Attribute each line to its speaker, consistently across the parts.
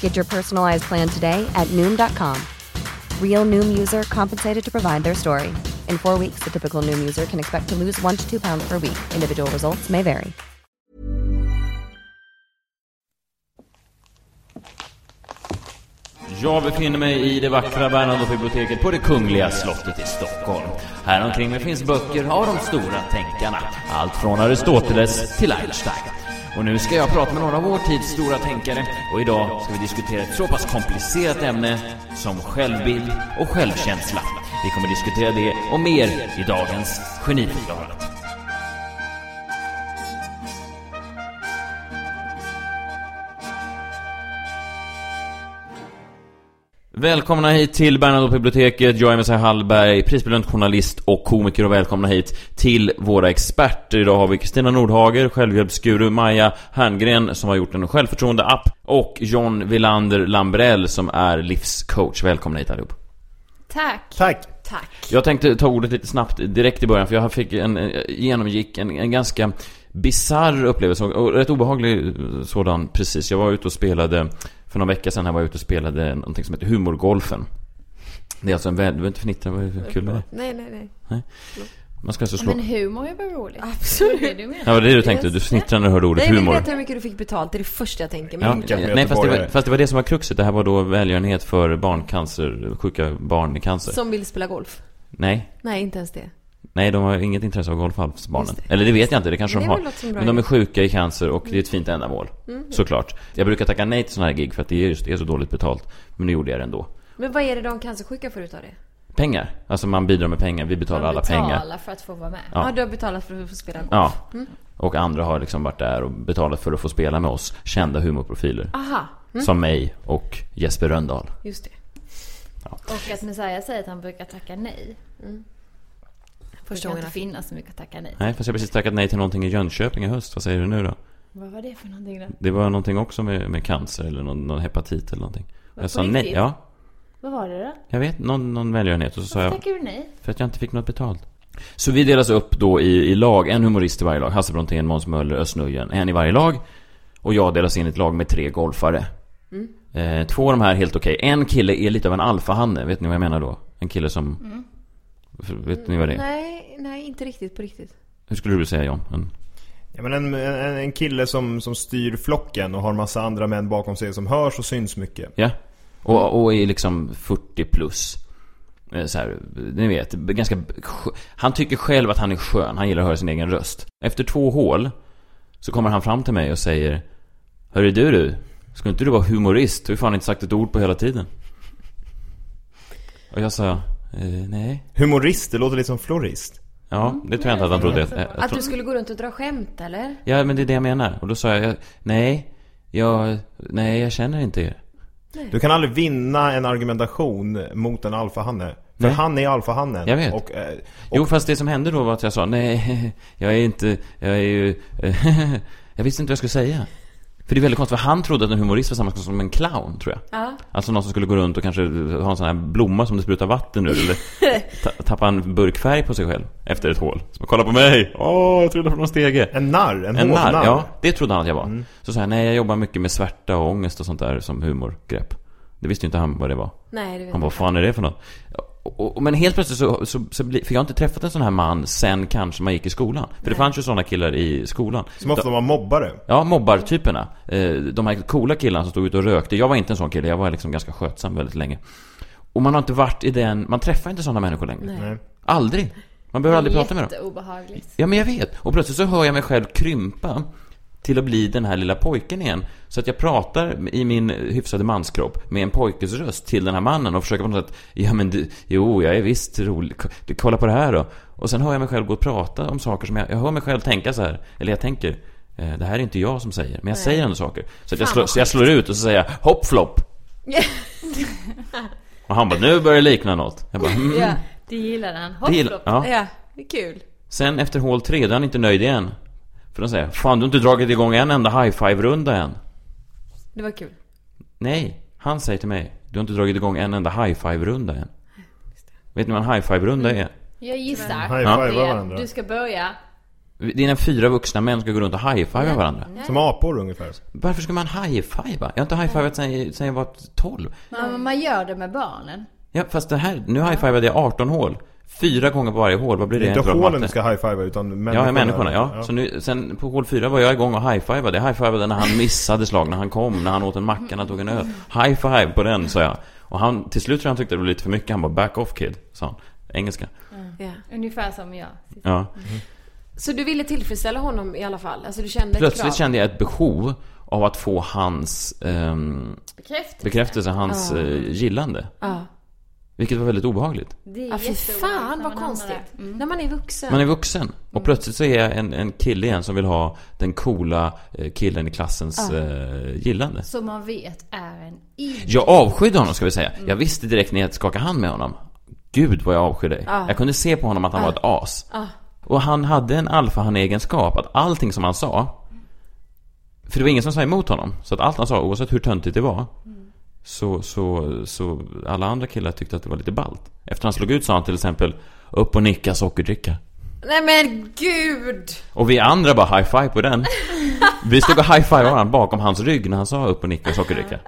Speaker 1: Get your personalized plan today at Noom.com. Real Noom user compensated to provide their story. In four weeks, the typical Noom user can expect to lose one to two pounds per week. Individual results may vary.
Speaker 2: Jag befinner mig i det vackra Bernadotte-biblioteket på det kungliga slottet i Stockholm. Här omkring mig finns böcker av de stora tänkarna. Allt från Aristoteles till Einstein. Och nu ska jag prata med några av vår tids stora tänkare och idag ska vi diskutera ett så pass komplicerat ämne som självbild och självkänsla. Vi kommer diskutera det och mer i dagens Geniförklarat. Välkomna hit till Bernadotte-biblioteket. Jag är Messiah Hallberg, prisbelönt journalist och komiker och välkomna hit till våra experter. Idag har vi Kristina Nordhager, självhjälpsguru, Maja Herngren som har gjort en självförtroende-app och John Villander Lambrell som är livscoach. Välkomna hit allihop.
Speaker 3: Tack.
Speaker 4: Tack.
Speaker 3: Tack.
Speaker 2: Jag tänkte ta ordet lite snabbt direkt i början för jag fick en, eh, genomgick en, en ganska bizarr upplevelse och- och rätt obehaglig eh, sådan precis. Jag var ute och spelade, för någon vecka sedan här var jag ute och spelade någonting som heter humorgolfen. Det är alltså en väldigt, du behöver inte fnittra, vad är det för kul med det?
Speaker 3: Nej, nej, nej.
Speaker 2: Man ska alltså slå...
Speaker 3: Men humor är väl roligt?
Speaker 5: Absolut.
Speaker 3: Det är det du menar.
Speaker 2: Ja, det var det du tänkte, du fnittrade när du hörde ordet
Speaker 5: Nej, jag vill
Speaker 2: humor.
Speaker 5: veta hur mycket du fick betalt. Det är det första jag tänker. Men
Speaker 2: Ja,
Speaker 5: inte-
Speaker 4: Kanske
Speaker 2: nej, fast det, var,
Speaker 4: göteborgare.
Speaker 2: fast det var det som var kruxet. Det här var då välgörenhet för barncancer, sjuka barn i cancer.
Speaker 5: Som vill spela golf.
Speaker 2: Nej,
Speaker 5: Nej, inte ens det.
Speaker 2: nej, de har inget intresse av golf alls, barnen.
Speaker 5: Just det.
Speaker 2: Eller det vet jag inte, det kanske
Speaker 5: Men
Speaker 2: de
Speaker 5: det är
Speaker 2: har.
Speaker 5: väl något som är bra Mm.
Speaker 2: Men de är
Speaker 5: idé.
Speaker 2: sjuka i cancer och det är ett fint ändamål. Såklart. Jag brukar tacka nej till sådana här gig för att det är just det är så dåligt betalt. Men nu gjorde jag det ändå.
Speaker 5: Men vad är det de cancersjuka får ut av det? Pengar.
Speaker 2: Pengar. Alltså man bidrar med pengar. Vi betalar alla pengar.
Speaker 3: Betala för att få vara med.
Speaker 5: Ja, du har betalat för att få spela golf.
Speaker 2: Ja.
Speaker 5: Mm.
Speaker 2: Och andra har liksom varit där och betalat för att få spela med oss. Kända humorprofiler.
Speaker 5: Aha,
Speaker 2: Som mig och Jesper Röndahl.
Speaker 5: just det.
Speaker 3: Och att Messiah säger att han brukar tacka nej. Det
Speaker 5: Första
Speaker 3: kan
Speaker 5: gången.
Speaker 3: Mm. inte finnas så mycket att tacka nej.
Speaker 2: Nej, fast jag har precis tackat nej till någonting i Jönköping i höst. Vad säger du nu då?
Speaker 3: Vad var det för någonting då?
Speaker 2: Det var någonting också med, med cancer eller någon, någon hepatit eller någonting. Jag sa nej.
Speaker 3: riktigt?
Speaker 2: Ja,
Speaker 3: Vad var det då?
Speaker 2: jag vet. Någon, någon välgörenhet. Och så sa
Speaker 3: Varför
Speaker 2: jag...
Speaker 3: tackar du nej?
Speaker 2: För att jag inte fick något betalt. Så vi delas upp då i, i lag, en humorist i varje lag. Hasse Brontén, Måns Möller, Özz Nujen, en i varje lag. Och jag delas in i ett lag med tre golfare. Eh, två av de här är helt okej. En kille är lite av en alfahanne, vet ni vad jag menar då? En kille som... För- Vet ni vad det är?
Speaker 5: Nej, nej, inte riktigt på riktigt.
Speaker 2: Hur skulle du säga John? En...
Speaker 4: Ja, men en, en, en kille som, som styr flocken och har massa andra män bakom sig som hörs och syns mycket.
Speaker 2: Ja. Och, och är liksom 40 plus. Eh, Så här, ni vet, ganska... skö- Han tycker själv att han är skön, han gillar att höra sin egen röst. Efter två hål så kommer han fram till mig och säger Hörru du du, ska inte du vara humorist? Du har ju fan inte sagt ett ord på hela tiden. Och jag sa, eh, nej.
Speaker 4: Humorist, det låter lite som florist.
Speaker 2: Ja, det tror jag inte att han trodde. Jag, jag
Speaker 5: Att
Speaker 2: tror-
Speaker 5: du skulle gå runt och dra skämt eller?
Speaker 2: Ja, men det är det jag menar. Och då sa jag, nej, jag, nej, jag känner inte er. Mm.
Speaker 4: Du kan aldrig vinna en argumentation mot en alfahanne. För
Speaker 2: Nej.
Speaker 4: han är alfahannen.
Speaker 2: Jag vet.
Speaker 4: Och, eh, och,
Speaker 2: Jo, fast det som hände då var att jag sa nej, jag är inte, jag är ju, jag visste inte vad jag skulle säga. För För det är väldigt konstigt, för han trodde att en humorist var samma sak som en clown, tror jag.
Speaker 5: Ja.
Speaker 2: Alltså någon som skulle gå runt och kanske ha en sån här blomma som det sprutar vatten ur. Eller ta- tappa en burkfärg på sig själv efter ett hål. Så bara, kolla på mig! Åh, jag trillade från en stege.
Speaker 4: En narr, en,
Speaker 2: En
Speaker 4: hård
Speaker 2: narr, ja. Det trodde han att jag var. Så sa jag, nej jag jobbar mycket med svärta och ångest och sånt där som humorgrepp. Det visste ju inte han vad det var.
Speaker 5: Nej, det vet
Speaker 2: Han bara,
Speaker 5: jag
Speaker 2: vad fan är det för något? Och, och, men helt plötsligt så, så, så bli, för jag har inte träffat en sån här man sen kanske man gick i skolan. För det fanns ju såna killar i skolan.
Speaker 4: Som ofta var mobbare.
Speaker 2: Ja, mobbartyperna. Eh, De här coola killarna som stod ute och rökte. Jag var inte en sån kille, jag var liksom ganska skötsam väldigt länge. Och man har inte varit i den, man träffar inte såna människor längre.
Speaker 4: Nej.
Speaker 2: Aldrig. Man behöver aldrig prata med dem.
Speaker 3: Jätteobehagligt.
Speaker 2: Ja, men jag vet. Och plötsligt så hör jag mig själv krympa till att bli den här lilla pojken igen. Så att jag pratar i min hyfsade manskropp med en pojkes röst till den här mannen och försöker på något sätt, ja men du, jo, jag är visst rolig, K- du, kolla på det här då. Och sen hör jag mig själv gå och prata om saker som jag, jag hör mig själv tänka så här, eller jag tänker, eh, det här är inte jag som säger, men jag säger ändå saker. Så, att jag, slår, så jag slår ut och så säger jag, hopp flopp. och han bara, nu börjar det likna något. Jag bara, mm,
Speaker 3: Ja, det gillar han. Hopp,
Speaker 2: det gillar-
Speaker 3: hopp.
Speaker 2: ja.
Speaker 5: Ja, det är kul.
Speaker 2: Sen efter hål 3, då är han inte nöjd igen. För de säger Fan du har inte dragit igång en enda high-five-runda än.
Speaker 5: Det var kul.
Speaker 2: Nej, han säger till mig Du har inte dragit igång en enda high-five-runda än. Vet ni vad en high-five-runda är?
Speaker 3: Jag gissar
Speaker 4: High
Speaker 2: Ja.
Speaker 4: fivear
Speaker 3: att det
Speaker 4: varandra.
Speaker 3: är, du ska börja.
Speaker 2: Det är när fyra vuxna män ska gå runt och high-fivea varandra.
Speaker 4: Som apor ungefär.
Speaker 2: Varför ska man high-fivea? Jag har inte high-fiveat sen, sen jag var 12.
Speaker 3: Ja, men man gör det med barnen.
Speaker 2: Ja, fast det här, nu high-fivade jag 18 hål. Fyra gånger på varje hål, vad blir det?
Speaker 4: Det är
Speaker 2: Jag
Speaker 4: inte
Speaker 2: tror att
Speaker 4: hålen
Speaker 2: matte-
Speaker 4: du ska high-fivea utan människorna.
Speaker 2: Ja, ja, människorna, ja. Så nu, sen på hål fyra var jag igång och high-fivade. Jag high-fivade när han missade slag, när han kom, när han åt en macka, när han tog en öl. High-five på den, sa jag. Och han, till slut tror jag han tyckte det var lite för mycket. Han bara, back off kid, sa han. Engelska.
Speaker 5: Ja.
Speaker 3: Ungefär som jag.
Speaker 2: Ja.
Speaker 5: Så du ville tillfredsställa honom i alla fall? Alltså du kände
Speaker 2: Plötsligt
Speaker 5: ett krav?
Speaker 2: kände jag ett behov av att få hans ehm,
Speaker 3: Bekräftelse.
Speaker 2: bekräftelse, hans eh, gillande.
Speaker 5: Ja.
Speaker 2: Vilket var väldigt obehagligt.
Speaker 3: Det är
Speaker 5: Ja, fy
Speaker 3: jätteobehagligt
Speaker 5: fan
Speaker 3: när
Speaker 5: vad
Speaker 3: man hamnar där. Mm.
Speaker 5: konstigt. När man är vuxen.
Speaker 2: Man är vuxen.
Speaker 5: Mm.
Speaker 2: Och plötsligt så är jag en, en kille igen som vill ha den coola eh, killen i klassens eh, gillande.
Speaker 3: Som man vet är en i.
Speaker 2: Jag avskydde honom ska vi säga. Jag visste direkt när jag skakade hand med honom. Gud vad jag avskydde. dig. Jag kunde se på honom att han var ett as. Och han hade en alfahan-egenskap att allting som han sa. För det var ingen som sa emot honom. Så att allt han sa, oavsett hur töntigt det var. Så, så, så alla andra killar tyckte att det var lite ballt. Efter han slog ut sa han till exempel Upp och nicka sockerdricka.
Speaker 5: Nej men gud!
Speaker 2: Och vi andra bara high five på den. Vi stod och high five varandra bakom hans rygg när han sa upp och nicka sockerdricka.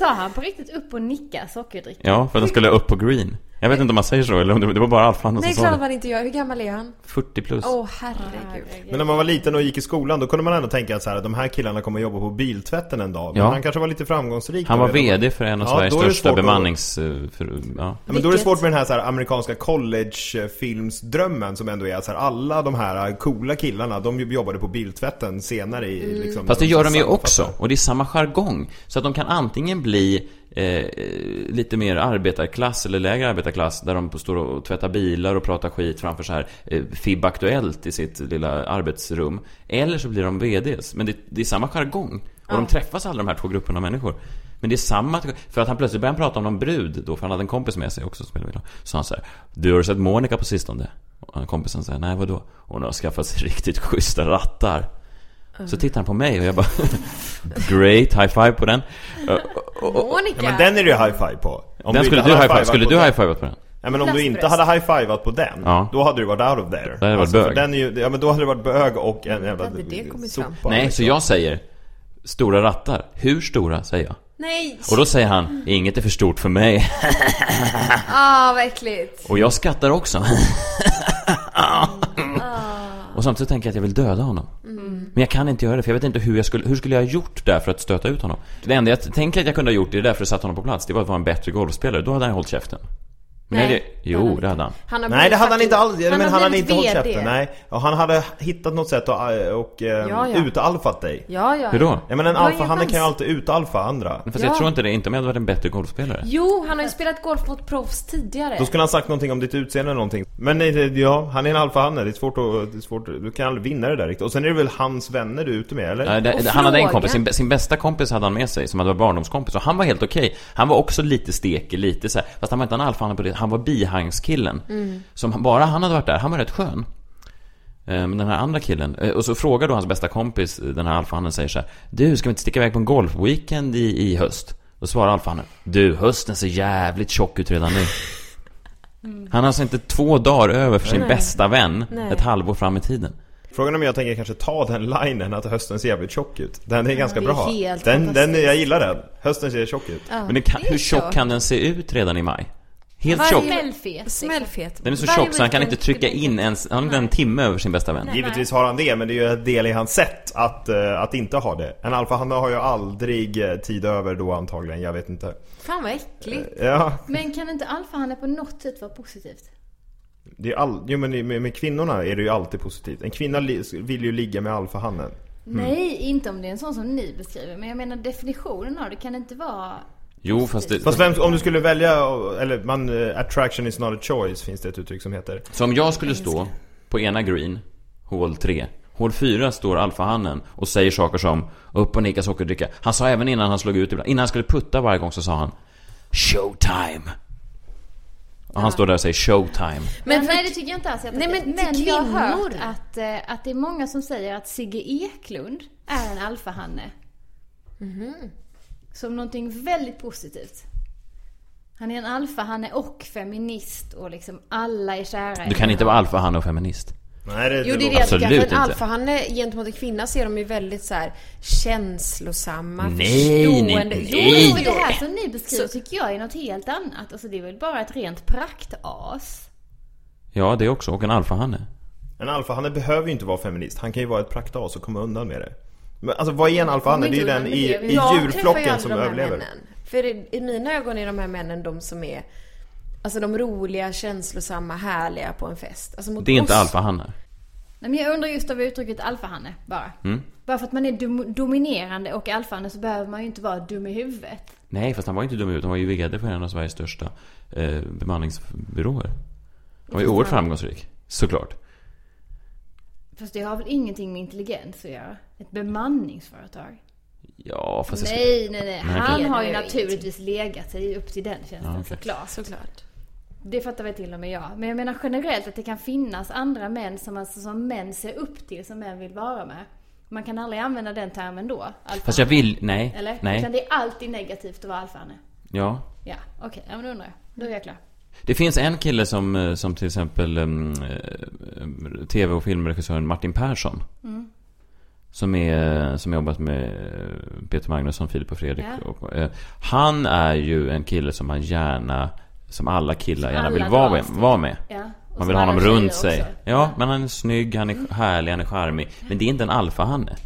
Speaker 3: Sa han på riktigt upp och nicka sockerdricka?
Speaker 2: Ja, för att den skulle upp på green. Jag vet inte om man säger så, eller om det, det var bara Alfhanna som
Speaker 5: Nej,
Speaker 2: sa
Speaker 5: klart
Speaker 2: det.
Speaker 5: man inte gör. Hur gammal är han?
Speaker 2: 40 plus.
Speaker 5: Åh herregud.
Speaker 4: Men när man var liten och gick i skolan då kunde man ändå tänka att så här, att de här killarna kommer jobba på biltvätten en dag. Men
Speaker 2: Ja.
Speaker 4: han kanske var lite framgångsrik.
Speaker 2: Han
Speaker 4: då
Speaker 2: var
Speaker 4: redan.
Speaker 2: VD för en av
Speaker 4: Ja,
Speaker 2: Sveriges
Speaker 4: då är det
Speaker 2: största
Speaker 4: svårt att-
Speaker 2: bemannings... eh, För, ja.
Speaker 4: Ja, men då är det
Speaker 5: Vilket-
Speaker 4: svårt med den här, så här amerikanska collegefilmsdrömmen som ändå är att så här, alla de här coola killarna de jobbade på biltvätten senare i
Speaker 5: Mm.
Speaker 4: liksom,
Speaker 2: Fast det
Speaker 4: när
Speaker 2: gör de ju
Speaker 4: sammanfattar.
Speaker 2: också, och det är samma jargong. Så att de kan antingen bli eh, lite mer arbetarklass eller lägre arbetarklass där de står och tvättar bilar och pratar skit framför så här eh, FIB Aktuellt i sitt lilla arbetsrum. Eller så blir de VDs. Men det, det är samma jargong. Och de träffas alla de här två grupperna av människor. Men det är samma... För att han plötsligt började prata om någon brud då, för han hade en kompis med sig också som spelade bilar. Så han säger Du har du sett Monica på sistone? Och kompisen säger Nej vadå? Hon har skaffat sig riktigt schyssta rattar. Så tittar han på mig och jag bara Great, high five på den. Eh, och- och-
Speaker 5: Monica!
Speaker 4: Ja, men den är det ju high five på. Om
Speaker 2: Den skulle
Speaker 4: inte
Speaker 2: du
Speaker 4: hade
Speaker 2: high five,
Speaker 4: high-fivat
Speaker 2: skulle
Speaker 4: på
Speaker 2: du
Speaker 4: den-
Speaker 2: high fiveat på den?
Speaker 4: Ja, men om du inte
Speaker 3: Plastbröst.
Speaker 4: hade high fiveat på den,
Speaker 2: Ja.
Speaker 4: då hade du varit out of there.
Speaker 2: varit
Speaker 4: för
Speaker 2: bög.
Speaker 4: Den är ju, ja, men då hade det varit bög och en jävla
Speaker 5: hade det kommit
Speaker 4: sopa,
Speaker 5: fram?
Speaker 2: Nej, så jag säger Stora rattar. Hur stora? säger jag.
Speaker 5: Nej!
Speaker 2: Och då säger han Inget är för stort för mig.
Speaker 5: Ah vad äckligt.
Speaker 2: Och jag skrattar också. Och samtidigt tänker jag att jag vill döda honom. Men jag kan inte göra det, för jag vet inte hur jag skulle... Hur skulle jag ha gjort där för att stöta ut honom? Det enda jag t- tänker att jag kunde ha gjort, det är därför jag satte honom på plats, det var att vara en bättre golfspelare. Då hade han hållit käften. Men
Speaker 5: Nej,
Speaker 2: det-
Speaker 5: det hade
Speaker 2: jo, det hade han.
Speaker 5: Han har
Speaker 4: Nej det hade han inte alls,
Speaker 5: Han
Speaker 4: men
Speaker 5: har
Speaker 4: han hade
Speaker 5: blivit
Speaker 4: inte hållit
Speaker 5: VD.
Speaker 4: käften. Nej. Ja, han hade hittat något sätt att eh, och, eh,
Speaker 5: Ja, ja.
Speaker 4: utalfat dig.
Speaker 5: Ja, ja.
Speaker 2: Hur då?
Speaker 4: Ja, men en
Speaker 5: har ingen
Speaker 4: alfahanne kan ju
Speaker 5: chans.
Speaker 4: alltid utalfa andra.
Speaker 2: Fast jag
Speaker 5: Ja.
Speaker 2: tror inte det, inte om jag hade varit en bättre golfspelare.
Speaker 5: Jo, han har ju spelat golf mot proffs tidigare.
Speaker 4: Då skulle han sagt någonting om ditt utseende eller någonting. Men nej, det- ja, han är en alfahanne. Det är svårt att, det är svårt, du kan aldrig vinna det där riktigt. Och sen är det väl hans vänner du är ute med eller?
Speaker 2: Nej, det,
Speaker 5: Och
Speaker 2: han hade en
Speaker 5: fråga.
Speaker 2: kompis, sin, bä- sin bästa kompis hade han med sig, som hade varit barndomskompis. Och han var helt okej. Han var också lite stekig, lite så här. Fast han var inte
Speaker 5: Mm.
Speaker 2: en alfahanne på det, han var bihangskillen. Som han- bara han hade varit där, han var rätt skön. Eh, Eh, Men den här andra killen, eh, och så frågar då hans bästa kompis, eh, den här alfahannen, säger så här. Du, ska vi inte sticka iväg på en golfweekend i, i höst? Då svarar alfahannen. Du, hösten ser jävligt tjock ut redan nu. Han har alltså inte två dagar över för sin
Speaker 5: Mm. Nej.
Speaker 2: bästa vän
Speaker 5: Nej.
Speaker 2: ett halvår fram i tiden.
Speaker 4: Frågan är om jag tänker kanske ta den linen att hösten ser jävligt tjock ut. Den är ganska
Speaker 3: det är
Speaker 4: bra.
Speaker 3: helt
Speaker 4: den, den,
Speaker 3: fantastiskt.
Speaker 4: jag gillar den. Hösten ser tjock ut.
Speaker 2: Men det kan,
Speaker 3: det är
Speaker 2: hur tjock
Speaker 3: tjock.
Speaker 2: kan den se ut redan i maj? Helt
Speaker 3: Varje-
Speaker 2: tjock.
Speaker 3: Smällfet.
Speaker 5: Smällfet.
Speaker 2: Den är så
Speaker 3: varje
Speaker 2: tjock så han kan inte
Speaker 3: weekend
Speaker 2: trycka
Speaker 3: tillbaka.
Speaker 2: in ens, han har inte en timme över sin bästa vän.
Speaker 4: Givetvis har han det, men det är ju en del i hans sätt att, eh, att inte ha det. En alfahanne har ju aldrig eh, tid över då antagligen, jag vet inte.
Speaker 5: Fan vad äckligt.
Speaker 4: Ja,
Speaker 3: Men kan inte alfahanne på något sätt vara positivt?
Speaker 4: det är all... jo, men med, med kvinnorna är det ju alltid positivt. En kvinna li... vill ju ligga med alfahannen.
Speaker 5: Mm.
Speaker 3: Nej, inte om det är en sån som ni beskriver. Men jag menar definitionen av det kan inte vara...
Speaker 2: Jo, fast, det,
Speaker 4: Fast vem, om du skulle välja, eller man, eh, attraction is not a choice finns det ett uttryck som heter.
Speaker 2: Så om jag skulle stå på ena green, hål 3. Hål 4 står alfahannen och säger saker som upp och nicka sockerdricka. Han sa även innan han slog ut ibland, innan han skulle putta varje gång så sa han showtime. Och han står där och säger showtime.
Speaker 3: Men
Speaker 5: Men
Speaker 3: nej, det tycker jag inte alls. Jag
Speaker 5: Nej, men till
Speaker 3: jag har hört
Speaker 5: kvinnor.
Speaker 3: att, eh, att det är många som säger att Sigge Eklund är en alfahanne.
Speaker 5: Mhm.
Speaker 3: Som någonting väldigt positivt. Han är en alfahanne och feminist och liksom alla är kära i
Speaker 2: Du kan inte vara alfahanne och feminist.
Speaker 4: Nej, det,
Speaker 5: Jo det är det
Speaker 4: låter-
Speaker 5: jag tycker.
Speaker 2: Absolut
Speaker 5: För
Speaker 2: inte.
Speaker 5: en alfahanne gentemot en kvinna ser de ju väldigt så här känslosamma,
Speaker 2: Nej,
Speaker 5: förstående.
Speaker 2: nej,
Speaker 5: Jo,
Speaker 2: nej.
Speaker 5: jo,
Speaker 3: Men det
Speaker 5: jo.
Speaker 3: här som ni beskriver tycker jag är något helt annat. Alltså det är väl bara ett rent praktas.
Speaker 2: Ja, det också. Och en alfahanne.
Speaker 4: En alfahanne behöver ju inte vara feminist. Han kan ju vara ett praktas och komma undan med det. Men alltså vad är en alfahanne?
Speaker 3: Kom
Speaker 4: Det är ju
Speaker 3: inte
Speaker 4: den
Speaker 3: undan
Speaker 4: i,
Speaker 3: med det.
Speaker 4: i
Speaker 3: Jag
Speaker 4: djurflocken som
Speaker 5: de här
Speaker 4: överlever.
Speaker 5: Männen. För i, i mina ögon är de här männen de som är Alltså de roliga, känslosamma, härliga på en fest. Alltså mot
Speaker 2: Det är inte
Speaker 5: oss.
Speaker 2: alfahanne.
Speaker 3: Nej, men jag undrar just över uttrycket alfahanne bara.
Speaker 2: Mm.
Speaker 3: Bara för att man är dom- dominerande och alfahanne så behöver man ju inte vara dum i huvudet.
Speaker 2: Nej, fast han var ju inte dum ut. Han var ju VD för en av Sveriges största eh, bemanningsbyråer. Han var ju oerhört framgångsrik. Såklart.
Speaker 3: Fast det har väl ingenting med intelligens att göra? Ett bemanningsföretag?
Speaker 2: Ja, fast jag skulle-
Speaker 3: Nej, nej, nej. Han
Speaker 5: det
Speaker 3: har
Speaker 5: är
Speaker 3: ju
Speaker 5: ju
Speaker 3: naturligtvis legat sig upp till den tjänsten såklart.
Speaker 5: Såklart.
Speaker 3: Det fattar väl till och med jag. Men jag menar generellt att det kan finnas andra män som, alltså, som män ser upp till, som män vill vara med. Man kan aldrig använda den termen då. alfahanne.
Speaker 2: Fast jag vill... Nej.
Speaker 3: Eller? Utan
Speaker 2: Nej.
Speaker 3: det är alltid negativt att vara alfahanne.
Speaker 2: Ja.
Speaker 3: Ja, okej. Ja, men då undrar jag. Då är jag klar.
Speaker 2: Det finns en kille som, eh, som till exempel em, eh, tv och filmregissören Martin Persson.
Speaker 3: Mm.
Speaker 2: Som, är, som jobbat med eh, Peter Magnusson, Filip och Fredrik.
Speaker 3: Ja.
Speaker 2: Och, eh, han är ju en kille som man gärna, som alla killar gärna
Speaker 3: alla
Speaker 2: vill vara med.
Speaker 3: dras till.
Speaker 2: Vara med.
Speaker 3: Ja. och
Speaker 2: Man
Speaker 3: så
Speaker 2: vill ha
Speaker 3: alla
Speaker 2: honom
Speaker 3: tjejer
Speaker 2: runt
Speaker 3: också.
Speaker 2: sig. Ja, men han är snygg, han är härlig, han är charmig. Men det är inte en alfahanne.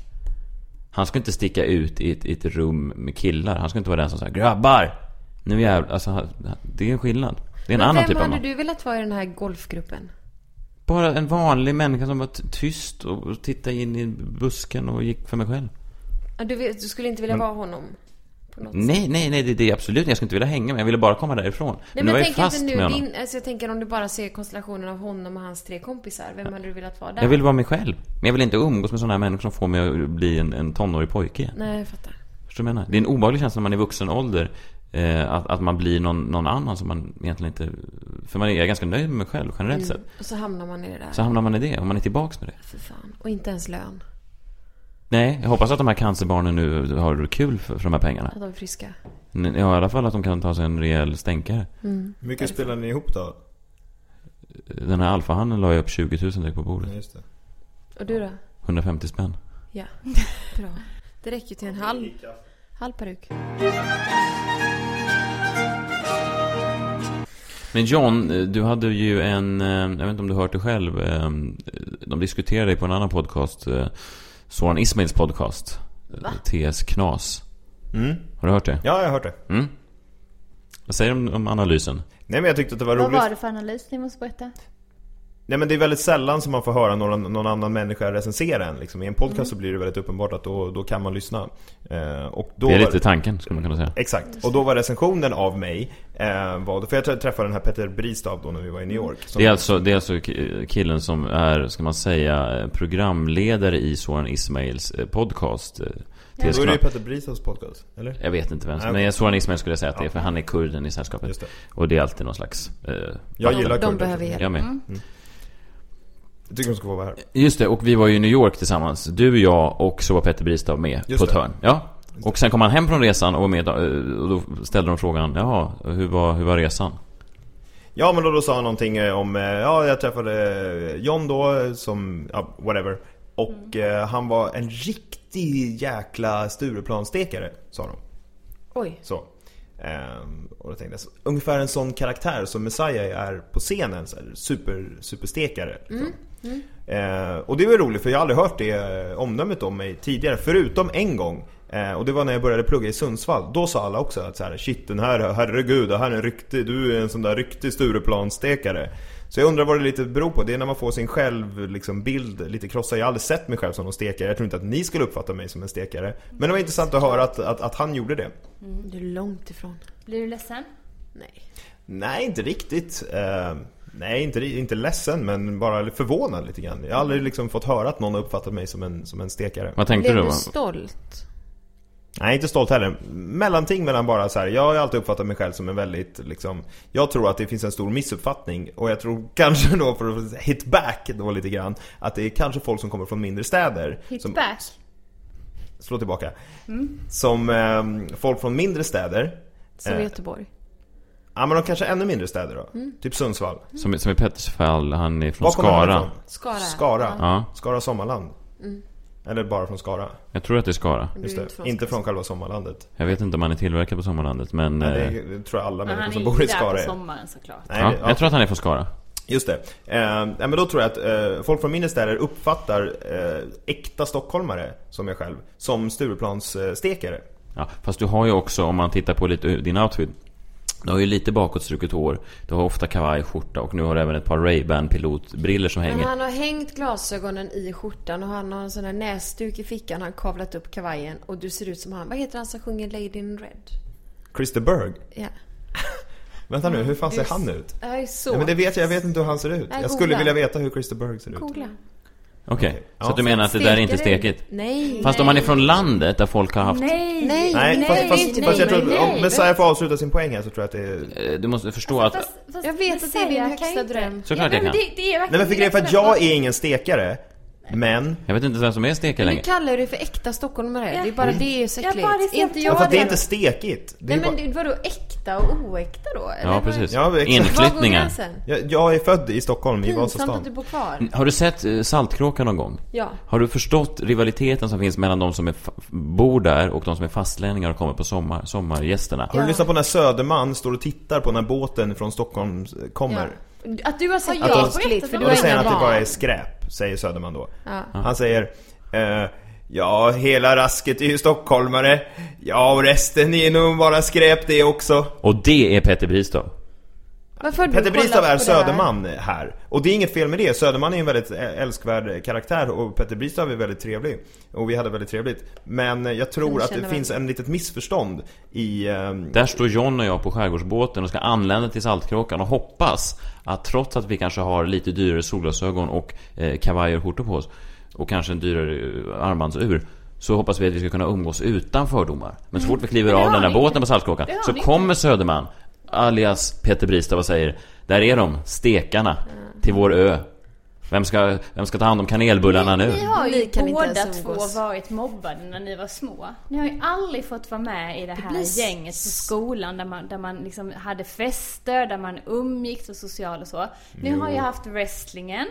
Speaker 2: Han ska inte sticka ut i ett, i ett rum med killar. Han ska inte vara den som säger 'Grabbar! Nu jävlar' alltså, han- det är en skillnad. Det är en annan
Speaker 5: Vem
Speaker 2: typ av
Speaker 5: hade
Speaker 2: man.
Speaker 5: du velat vara i den här golfgruppen?
Speaker 2: Bara en vanlig människa som var t- tyst och och tittade in i busken och gick för mig själv.
Speaker 5: Ja, Du, vet, du skulle inte vilja vara honom? På något sätt.
Speaker 2: Nej, nej, nej, det, det är absolut Jag skulle inte vilja hänga med Jag ville bara komma därifrån.
Speaker 5: Nej,
Speaker 2: nu var
Speaker 5: men
Speaker 2: jag
Speaker 5: tänk
Speaker 2: fast
Speaker 5: inte
Speaker 2: med
Speaker 5: nu
Speaker 2: honom.
Speaker 5: din, alltså jag tänker om du bara ser konstellationen av honom och hans tre kompisar. Vem hade du velat vara där?
Speaker 2: Jag vill vara mig själv. Men jag vill inte umgås med sådana här människor som får mig att bli en, en tonårig pojke igen.
Speaker 5: Nej, jag fattar.
Speaker 2: Förstår du vad jag menar? Det är en obehaglig känsla när man är i vuxen ålder. Eh, att, att man blir någon, någon annan som man egentligen inte... För man är, jag är ganska nöjd med mig själv generellt sett.
Speaker 5: Och så hamnar man i det där.
Speaker 2: Så hamnar man i det och man är tillbaks med det.
Speaker 5: För fan. Och inte ens lön.
Speaker 2: Nej, jag hoppas att de här cancerbarnen nu har kul för, för de här pengarna.
Speaker 5: Att de är friska.
Speaker 2: Ja, i alla fall att de kan ta sig en rejäl stänkare.
Speaker 4: Hur mycket spelar ni ihop då?
Speaker 2: Den här alfahannen la jag upp 20 000 direkt på bordet.
Speaker 4: Ja, Just det.
Speaker 5: Och du då?
Speaker 2: 150 spänn.
Speaker 5: Ja. Bra. Det räcker ju till en halv, halv peruk.
Speaker 2: Men John, eh, du hade ju en... eh, Jag vet inte om du hört det själv. eh, De diskuterade dig på en annan podcast. eh, Soran Ismails podcast. eh, TS Knas.
Speaker 4: Mm.
Speaker 2: Har du hört det?
Speaker 4: Ja, jag har hört det.
Speaker 2: Vad säger du om, om analysen?
Speaker 4: Nej men jag tyckte att det var
Speaker 3: Vad
Speaker 4: roligt.
Speaker 3: var det för analys ni måste berätta?
Speaker 4: Nej men det är väldigt sällan som man får höra någon, någon annan människa recensera en. Liksom. I en
Speaker 3: Mm.
Speaker 4: podcast så blir det väldigt uppenbart att då, då kan man lyssna. Eh, och då
Speaker 2: Det är
Speaker 4: var-
Speaker 2: lite tanken, skulle man kunna säga.
Speaker 4: Exakt, och då var recensionen av mig, eh, var, för jag träffade den här Peter Bristav då när vi var i New
Speaker 3: Mm.
Speaker 4: York. Som,
Speaker 2: Det är alltså, det är alltså ki- killen som är, ska man säga, eh, programledare i Soran Ismails eh, podcast. eh, TS
Speaker 4: då är det ju
Speaker 2: Knas.
Speaker 4: Peter Bristavs podcast, eller?
Speaker 2: Jag vet inte vem som,
Speaker 4: Nej, okej.
Speaker 2: men Soran Ismail skulle jag säga att det är för han är kurden i sällskapet.
Speaker 4: Just det.
Speaker 2: Och det är alltid någon slags... Eh,
Speaker 4: Jag
Speaker 2: vatten.
Speaker 4: gillar
Speaker 5: De
Speaker 4: kurder.
Speaker 5: behöver hjälp.
Speaker 2: Jag med.
Speaker 4: Jag tycker hon ska få vara här.
Speaker 2: Just det, och vi var ju i New York tillsammans. Du, jag och så var Petter Bristav med
Speaker 4: Just
Speaker 2: på ett
Speaker 4: det.
Speaker 2: hörn. Ja. Och sen kom han hem från resan och var med eh, och då ställde de frågan Jaha, hur var, hur var resan?
Speaker 4: Ja men då, då sa han någonting eh, om, eh, ja jag träffade eh, John då eh, som, ja whatever. Och
Speaker 3: Mm.
Speaker 4: eh, han var en riktig jäkla Stureplanstekare sa de.
Speaker 5: Oj.
Speaker 4: Så. Ehm, och då tänkte jag, så, ungefär en sån karaktär som Messiah är på scenen. Så här, super, superstekare. Liksom. Eh, och det var roligt för jag har aldrig hört det eh, omdömet om mig tidigare. Förutom en gång. Eh, och det var när jag började plugga i Sundsvall. Då sa alla också att så här, shit den här, herregud, det här är en riktig, du är en sån där riktig Stureplanstekare. Så jag undrar vad det lite beror på. Det är när man får sin självbild liksom, bild lite krossad. Jag har aldrig sett mig själv som någon stekare. Jag tror inte att ni skulle uppfatta mig som en stekare. Men det var intressant att höra att, att, att han gjorde det.
Speaker 5: Du är långt ifrån.
Speaker 3: Blir du ledsen?
Speaker 5: Mm. Nej.
Speaker 4: Nej, inte riktigt. Eh, nej, inte, inte ledsen men bara förvånad lite grann. Jag har aldrig liksom fått höra att någon har uppfattat mig som en, som en stekare.
Speaker 2: Vad tänkte
Speaker 5: Blev
Speaker 2: du?
Speaker 5: du
Speaker 2: va?
Speaker 5: stolt?
Speaker 4: Nej, inte stolt heller. Mellanting mellan bara så här. jag har alltid uppfattat mig själv som en väldigt liksom, jag tror att det finns en stor missuppfattning och jag tror kanske då för att hit back då lite grann, att det är kanske folk som kommer från mindre städer.
Speaker 3: Hit
Speaker 4: som,
Speaker 3: back? Mm.
Speaker 4: Slå tillbaka. Som eh, folk från mindre städer,
Speaker 5: Som
Speaker 4: Eh.
Speaker 5: Göteborg?
Speaker 4: ja men de kanske är ännu mindre städer då.
Speaker 3: Mm.
Speaker 4: Typ Sundsvall.
Speaker 2: Som, som i Petters fall, han är från
Speaker 4: Var kommer han
Speaker 2: Skara.
Speaker 4: ifrån?
Speaker 5: Skara.
Speaker 4: Skara.
Speaker 2: Ja,
Speaker 4: Skara Sommarland. Eller bara från Skara.
Speaker 2: jag tror att det är Skara.
Speaker 5: Du är
Speaker 4: Just det.
Speaker 5: inte från
Speaker 4: inte från själva sommarlandet.
Speaker 2: Jag vet inte om han är tillverkad på Sommarlandet men...
Speaker 4: Nej,
Speaker 2: eh,
Speaker 4: det är- tror jag alla
Speaker 3: Men
Speaker 4: människor
Speaker 3: han är
Speaker 4: som
Speaker 3: ju
Speaker 4: bor i
Speaker 3: inte där
Speaker 4: Skara
Speaker 3: på
Speaker 4: är.
Speaker 3: sommaren såklart.
Speaker 4: Nej,
Speaker 2: ja,
Speaker 4: det- ja,
Speaker 2: jag tror att han är från Skara.
Speaker 4: Just det. Eh, nej, men då tror jag att eh, folk från mindre städer uppfattar eh, äkta stockholmare, som jag själv, som Stureplansstekare.
Speaker 2: Ja, fast du har ju också, om man tittar på lite eh, din outfit. Du har ju lite bakåtstruket hår. Du har ofta kavaj, skjorta och nu har du även ett par Ray-Ban pilotbriller som
Speaker 5: Men
Speaker 2: hänger.
Speaker 5: han har hängt glasögonen i skjortan och han har en sån här näsduk i fickan. Han har kavlat upp kavajen och du ser ut som han. Vad heter han som sjunger Lady in Red?
Speaker 4: Christer Berg.
Speaker 5: Ja.
Speaker 4: Vänta nu, hur fan ser
Speaker 5: Just-
Speaker 4: han ut?
Speaker 5: Jag är så...
Speaker 4: Nej, men det vet jag, jag vet inte hur han ser ut.
Speaker 5: Nej,
Speaker 4: Jag skulle
Speaker 5: googla.
Speaker 4: vilja veta hur Christer Berg ser ut.
Speaker 5: Googla.
Speaker 2: Okej,
Speaker 4: Ja,
Speaker 2: så att du menar att det där är inte stekigt?
Speaker 5: Nej.
Speaker 2: Fast om man är från landet där folk har haft...
Speaker 3: Nej!
Speaker 5: Nej,
Speaker 4: Nej,
Speaker 5: nej,
Speaker 4: fast, fast,
Speaker 5: nej,
Speaker 4: fast jag
Speaker 5: nej,
Speaker 4: tror att om
Speaker 3: nej.
Speaker 4: Messiah får avsluta sin poäng här så tror jag att det är...
Speaker 2: Eh, Du måste förstå att...
Speaker 3: Alltså, Fast- fast
Speaker 5: Jag vet att det är din
Speaker 3: Messiah
Speaker 5: högsta
Speaker 3: kan ju inte-
Speaker 5: dröm.
Speaker 2: Såklart jag
Speaker 3: men
Speaker 2: kan.
Speaker 3: Det, det är verkligen
Speaker 4: Nej men för grejen för att jag är ingen stekare, men
Speaker 2: Jag vet inte vem som är
Speaker 5: Du
Speaker 2: stekare längre.
Speaker 5: kallar du det för äkta stockholmare. Det är bara
Speaker 2: Mm.
Speaker 5: det är ju så
Speaker 3: Ja, bara
Speaker 5: äckligt.
Speaker 3: det är så
Speaker 5: Inte
Speaker 3: äckligt.
Speaker 4: Ja,
Speaker 5: jag
Speaker 4: fast det är
Speaker 5: det.
Speaker 4: inte stekigt. Det är
Speaker 5: Nej
Speaker 4: bara...
Speaker 5: men det- vadå äkta och oäkta då? Eller
Speaker 2: Ja,
Speaker 5: vad-
Speaker 2: precis.
Speaker 4: Ja, men exakt.
Speaker 2: Inflyttningar.
Speaker 5: Var går gränsen?
Speaker 4: jag, jag är född i Stockholm, i
Speaker 5: Pinsamt att du
Speaker 4: Vasastan.
Speaker 5: bor kvar.
Speaker 2: Har du sett eh, Saltkråkan någon gång?
Speaker 5: Ja.
Speaker 2: Har du förstått rivaliteten som finns mellan de som är fa- bor där och de som är fastlänningar och kommer på sommar, sommargästerna?
Speaker 4: Har du lyssnat på när Söderman står och tittar på när båten från Stockholm eh, kommer?
Speaker 5: Att du har sagt
Speaker 3: Har jag
Speaker 5: det är
Speaker 3: berättat
Speaker 5: äckligt för
Speaker 3: om
Speaker 5: du
Speaker 4: Och då
Speaker 5: har
Speaker 4: säger
Speaker 5: inga
Speaker 4: han att det bara är
Speaker 5: barn.
Speaker 4: skräp, säger Söderman då.
Speaker 5: Ja.
Speaker 4: Han säger eh, Ja, hela rasket är ju stockholmare. Ja, och resten är nog bara skräp det också.
Speaker 2: Och det är Petter Bristav.
Speaker 5: Varför har du
Speaker 4: Petter
Speaker 5: kollat
Speaker 4: Bristav
Speaker 5: på
Speaker 4: är
Speaker 5: det här?
Speaker 4: Söderman här. Och det är inget fel med det. Söderman är en väldigt ä- älskvärd karaktär och Petter Bristav är väldigt trevlig. Och vi hade väldigt trevligt. Men jag tror
Speaker 5: Jag
Speaker 4: att det
Speaker 5: känner
Speaker 4: finns en litet missförstånd i... ehm,
Speaker 2: Där står John och jag på skärgårdsbåten och ska anlända till Saltkråkan och hoppas att trots att vi kanske har lite dyrare solglasögon och eh, kavajer och skjortor på oss och kanske en dyrare eh, armbandsur så hoppas vi att vi ska kunna umgås utan fördomar. Men så fort vi kliver
Speaker 3: Mm. Men det
Speaker 2: av
Speaker 3: har
Speaker 2: den där
Speaker 3: ni
Speaker 2: båten
Speaker 3: inte.
Speaker 2: på Saltkråkan
Speaker 3: Det har
Speaker 2: så
Speaker 3: ni
Speaker 2: kommer Söderman alias Peter Bristav och säger Där är de, stekarna,
Speaker 3: Mm.
Speaker 2: till vår ö. Vem ska, vem ska ta hand om kanelbullarna nu?
Speaker 3: Ni har ju
Speaker 5: Ni kan inte
Speaker 3: båda
Speaker 5: ens
Speaker 3: två
Speaker 5: umgås.
Speaker 3: varit mobbade när ni var små. Ni har ju aldrig fått vara med i det här
Speaker 5: blir
Speaker 3: gänget på skolan där man, där man liksom hade fester, där man umgicks och social och så. Ni har ju haft wrestlingen.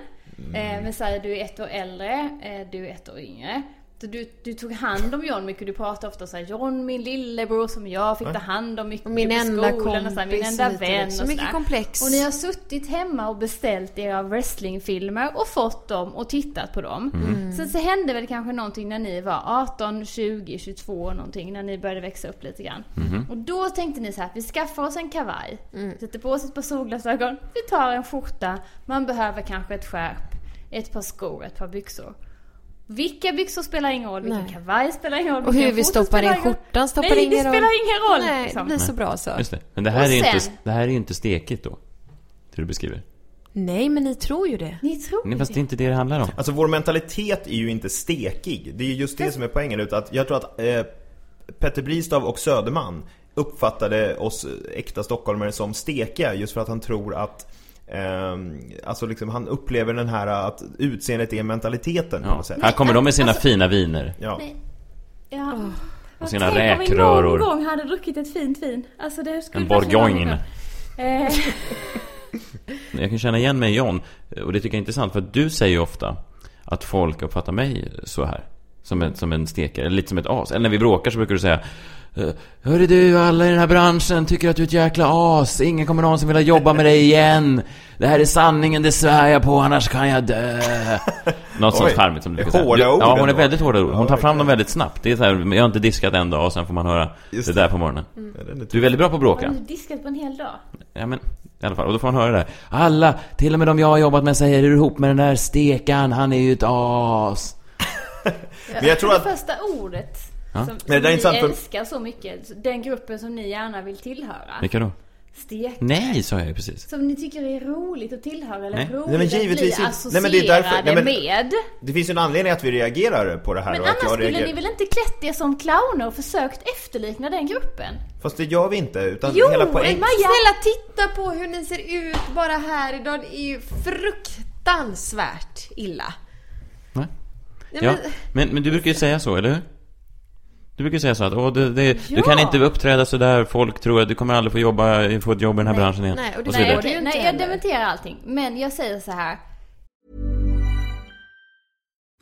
Speaker 3: Eh, men säger du är ett år äldre, eh, du är ett år yngre. Så du, du tog hand om John mycket. Du pratade ofta såhär John, min lillebror som jag fick ta hand om mycket
Speaker 5: Och min
Speaker 3: på
Speaker 5: enda
Speaker 3: skolan. Och så här, min
Speaker 5: kompis
Speaker 3: enda
Speaker 5: och lite- liksom.
Speaker 3: vän.
Speaker 5: så
Speaker 3: och
Speaker 5: mycket
Speaker 3: där.
Speaker 5: komplex.
Speaker 3: Och ni har suttit hemma och beställt era wrestlingfilmer och fått dem och tittat på dem.
Speaker 5: Mm.
Speaker 3: Sen så hände väl kanske någonting när ni var 18, 20, 22 någonting. När ni började växa upp lite grann. Och då tänkte ni så här, vi skaffar oss en kavaj.
Speaker 5: Mm.
Speaker 3: Sätter på oss ett par solglasögon. Vi tar en skjorta. Man behöver kanske ett skärp, ett par skor, ett par byxor. Vilka byxor spelar ingen roll, vilken
Speaker 5: Nej.
Speaker 3: kavaj spelar ingen roll.
Speaker 5: Och hur
Speaker 3: vilken
Speaker 5: vi
Speaker 3: skjorta
Speaker 5: stoppar in
Speaker 3: spelar ingen roll.
Speaker 5: skjortan stoppar
Speaker 3: Nej,
Speaker 5: ingen
Speaker 3: det
Speaker 5: roll.
Speaker 3: spelar ingen roll.
Speaker 5: Nej,
Speaker 3: liksom.
Speaker 5: det blir så bra så.
Speaker 2: Just det. Men det här,
Speaker 3: Och
Speaker 2: är ju inte,
Speaker 3: sen-
Speaker 2: det här är ju inte stekigt då. Det du beskriver.
Speaker 5: Nej, men ni tror ju det.
Speaker 3: Ni tror
Speaker 2: Nej, fast det
Speaker 3: det.
Speaker 2: är inte det det handlar om.
Speaker 4: Alltså vår mentalitet är ju inte stekig. Det är just det som är poängen. Utan att jag tror att eh, Petter Bristav och eh, Söderman uppfattade oss äkta stockholmare som stekiga just för att han tror att Ehm, alltså liksom han upplever den här att utseendet är mentaliteten på
Speaker 2: Ja.
Speaker 4: något sätt.
Speaker 2: Här kommer de med sina fina viner.
Speaker 4: Ja.
Speaker 3: Nej. Ja.
Speaker 2: Och sina
Speaker 3: Tänk om vi
Speaker 2: räkröror.
Speaker 3: någon gång hade druckit ett fint vin. Alltså det skulle
Speaker 2: En
Speaker 3: vara så
Speaker 2: bourgogne.
Speaker 3: bra. Eh,
Speaker 2: Jag kan känna igen mig i John. Och det tycker jag är intressant. För att du säger ju ofta att folk uppfattar mig så här. Som en, som en stekare, eller lite som ett as. Eller när vi bråkar så brukar du säga eh, Hörru du, alla i den här branschen tycker att du är ett jäkla as. Ingen kommer någonsin vilja jobba med dig igen. Det här är sanningen, det svär jag på, annars kan jag dö. Något sånt
Speaker 4: Oj,
Speaker 2: charmigt som du brukar säga.
Speaker 4: hårda
Speaker 2: Du-
Speaker 4: ord
Speaker 2: Ja, hon är
Speaker 4: ändå.
Speaker 2: väldigt hårda ord. Hon
Speaker 4: Ja,
Speaker 2: tar fram dem
Speaker 4: verkligen.
Speaker 2: väldigt snabbt. Det är så här, jag har inte diskat en dag och sen får man höra
Speaker 4: Just
Speaker 2: det där på morgonen.
Speaker 4: Ja, den är
Speaker 2: Du är
Speaker 4: tuff.
Speaker 2: väldigt bra på att bråka.
Speaker 3: Har du diskat på en hel dag?
Speaker 2: Ja men, i alla fall. Och då får man höra det här. Alla, till och med de jag har jobbat med säger, är du ihop med den där stekan? Han är ju ett as.
Speaker 4: Men jag tror
Speaker 3: det
Speaker 4: att
Speaker 3: första ordet
Speaker 2: Ja.
Speaker 3: som, som
Speaker 4: Men det där är
Speaker 3: ni
Speaker 4: intressant för-
Speaker 3: älskar så mycket. Den gruppen som ni gärna vill tillhöra.
Speaker 2: Vilka då?
Speaker 3: Stek.
Speaker 2: Nej, sa jag ju precis.
Speaker 3: Som ni tycker är roligt att tillhöra eller
Speaker 2: Nej.
Speaker 3: roligt
Speaker 4: Nej, men givetvis
Speaker 3: att bli
Speaker 4: inte. Nej, men det är
Speaker 3: associerade
Speaker 4: därför- nej, men-
Speaker 3: med.
Speaker 4: det finns ju en anledning att vi reagerar på det här
Speaker 3: Men
Speaker 4: och att
Speaker 3: annars
Speaker 4: jag
Speaker 3: skulle
Speaker 4: reagerar.
Speaker 3: ni väl inte klätt er som clowner och försökt efterlikna den gruppen?
Speaker 4: Fast det gör vi inte utan
Speaker 3: Jo,
Speaker 4: Alltså, hela poängen...
Speaker 3: Maja!
Speaker 5: Snälla titta på hur ni ser ut bara här idag. Det är ju fruktansvärt illa.
Speaker 2: Nej.
Speaker 5: Nej,
Speaker 2: Ja.
Speaker 5: men-
Speaker 2: Men, men du brukar ju säga så, eller hur? Du brukar ju säga så att, Åh, det, det, du
Speaker 3: Ja.
Speaker 2: kan inte uppträda sådär, folk tror att du kommer aldrig få jobba, få ett jobb i den här branschen igen.
Speaker 5: nej, och det-
Speaker 2: och så
Speaker 3: Nej,
Speaker 2: vidare.
Speaker 5: går ju
Speaker 3: det,
Speaker 5: inte
Speaker 3: nej jag
Speaker 5: heller.
Speaker 3: dementerar allting. Men jag säger så här.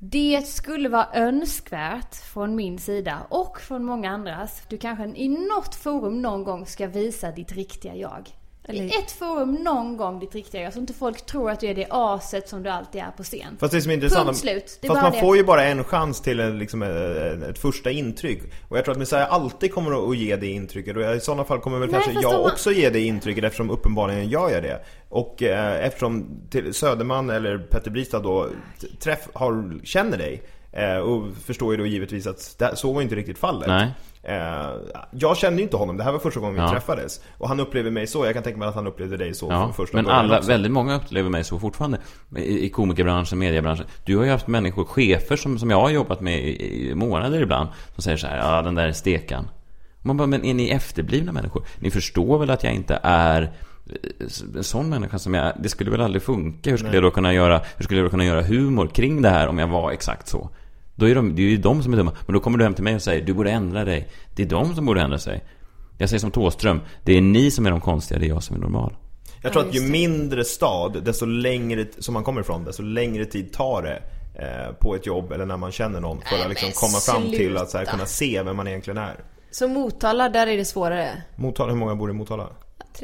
Speaker 3: Det skulle vara önskvärt från min sida och från många andras. Du kanske i något forum någon gång ska visa ditt riktiga jag. I ett forum någon gång ditt riktiga jag. Så inte folk tror att du är det aset som du alltid är på scen.
Speaker 4: Fast det som är intressant...
Speaker 3: Punkt slut. Det är
Speaker 4: fast
Speaker 3: bara
Speaker 4: man
Speaker 3: det.
Speaker 4: får ju bara en chans till en, liksom, eh, ett första intryck. Och jag tror att Messiah alltid kommer att- att ge det intrycket. Och i sådana fall kommer väl
Speaker 3: Nej,
Speaker 4: kanske
Speaker 3: fast
Speaker 4: jag
Speaker 3: om man-
Speaker 4: också ge det intrycket eftersom uppenbarligen jag gör det. Och eh, eftersom till Söderman eller Petter Bristad då t- träff, har, känner dig. Eh, och förstår ju då givetvis att det, så var ju inte riktigt fallet.
Speaker 2: Nej.
Speaker 4: Eh, jag kände ju inte honom, det här var första gången vi
Speaker 2: Ja.
Speaker 4: träffades. Och han upplevde mig så, jag kan tänka mig att han upplevde dig så
Speaker 2: Ja,
Speaker 4: från första
Speaker 2: men
Speaker 4: början
Speaker 2: alla,
Speaker 4: också.
Speaker 2: väldigt många upplever mig så fortfarande i, i komikerbranschen, mediebranschen. Du har ju haft människor, chefer som, som jag har jobbat med i, i månader ibland, som säger så här, ja den där är stekan. Och Man bara, men är ni efterblivna människor? Ni förstår väl att jag inte är eh, s- en sån människa som jag är? Det skulle väl aldrig funka? Hur skulle, jag då kunna göra, hur skulle jag då kunna göra humor kring det här om jag var exakt så? Då är de, det är ju de som är dumma. Men då kommer du hem till mig och säger, du borde ändra dig. Det är de som borde ändra sig. Jag säger som Thåström, det är ni som är de konstiga, det är jag som är normal.
Speaker 4: Jag tror att ju mindre stad, desto längre t- som man kommer ifrån, desto längre tid tar det eh, på ett jobb eller när man känner någon för att liksom
Speaker 5: men
Speaker 4: komma fram till att så här,
Speaker 5: sluta.
Speaker 4: kunna se vem man egentligen är.
Speaker 5: Så Motala, där är det svårare.
Speaker 4: Motala, hur många bor i Motala?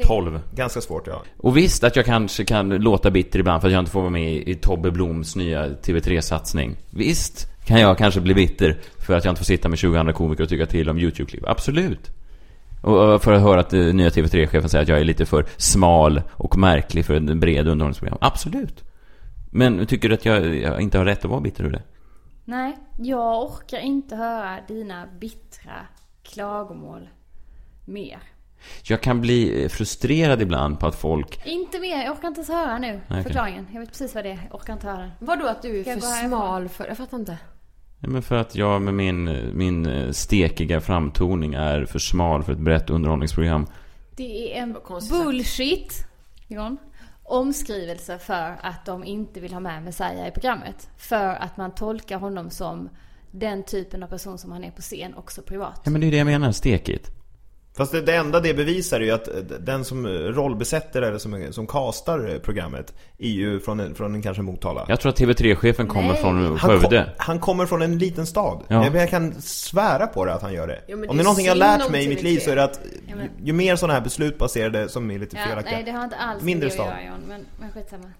Speaker 2: 12.
Speaker 4: Ganska svårt ja.
Speaker 2: Och visst att jag kanske kan låta bitter ibland för att jag inte får vara med i Tobbe Bloms nya TV3-satsning. Visst kan jag kanske bli bitter för att jag inte får sitta med 20 andra komiker och tycka till om YouTube-klipp. Absolut. Och och för att höra att eh, nya TV3-chefen säger att jag är lite för smal och märklig för en bred underhållningsprogram. Absolut. Men tycker du att jag, jag inte har rätt att vara bitter över det?
Speaker 3: Nej, jag orkar inte höra dina bittra klagomål mer.
Speaker 2: Jag kan bli eh, frustrerad ibland på att folk...
Speaker 3: Inte mer, jag orkar inte ens höra nu
Speaker 2: Okej.
Speaker 3: förklaringen. Jag vet precis vad det är, jag orkar inte höra den.
Speaker 5: Vadå att du är
Speaker 3: Ska jag
Speaker 5: för
Speaker 3: gå härifrån?
Speaker 5: smal för... Jag fattar inte.
Speaker 2: Nej, Men för att jag med min, eh, min eh, stekiga framtoning är för smal för ett brett underhållningsprogram.
Speaker 3: Det är en
Speaker 5: konstigt
Speaker 3: bullshit, John, omskrivelse för att de inte vill ha med Messiah i programmet. För att man tolkar honom som den typen av person som han är på scen också privat.
Speaker 2: Ja, men det är det jag menar, stekigt.
Speaker 4: Fast det, det enda det bevisar är ju att eh, den som eh, rollbesätter eller som, som castar eh, programmet är ju från, en- från en kanske Motala.
Speaker 2: Jag tror att TV3-chefen kommer
Speaker 3: Nej.
Speaker 2: från
Speaker 4: Han, kom,
Speaker 2: Skövde.
Speaker 4: han kommer från en liten stad.
Speaker 2: Ja.
Speaker 4: Jag, jag kan svära på det att han gör det.
Speaker 5: men
Speaker 4: Om
Speaker 5: det
Speaker 4: det är
Speaker 5: är
Speaker 4: någonting jag har
Speaker 5: synd
Speaker 4: lärt
Speaker 5: om
Speaker 4: mig i mitt
Speaker 5: TV3.
Speaker 4: liv så är det att ju, ju mer sådana här beslut baserade som är lite
Speaker 3: Ja,
Speaker 4: felaktiga.
Speaker 3: nej, det har inte alls
Speaker 4: Mindre
Speaker 3: med det att
Speaker 4: stad.
Speaker 3: göra John, men, men skitsamma.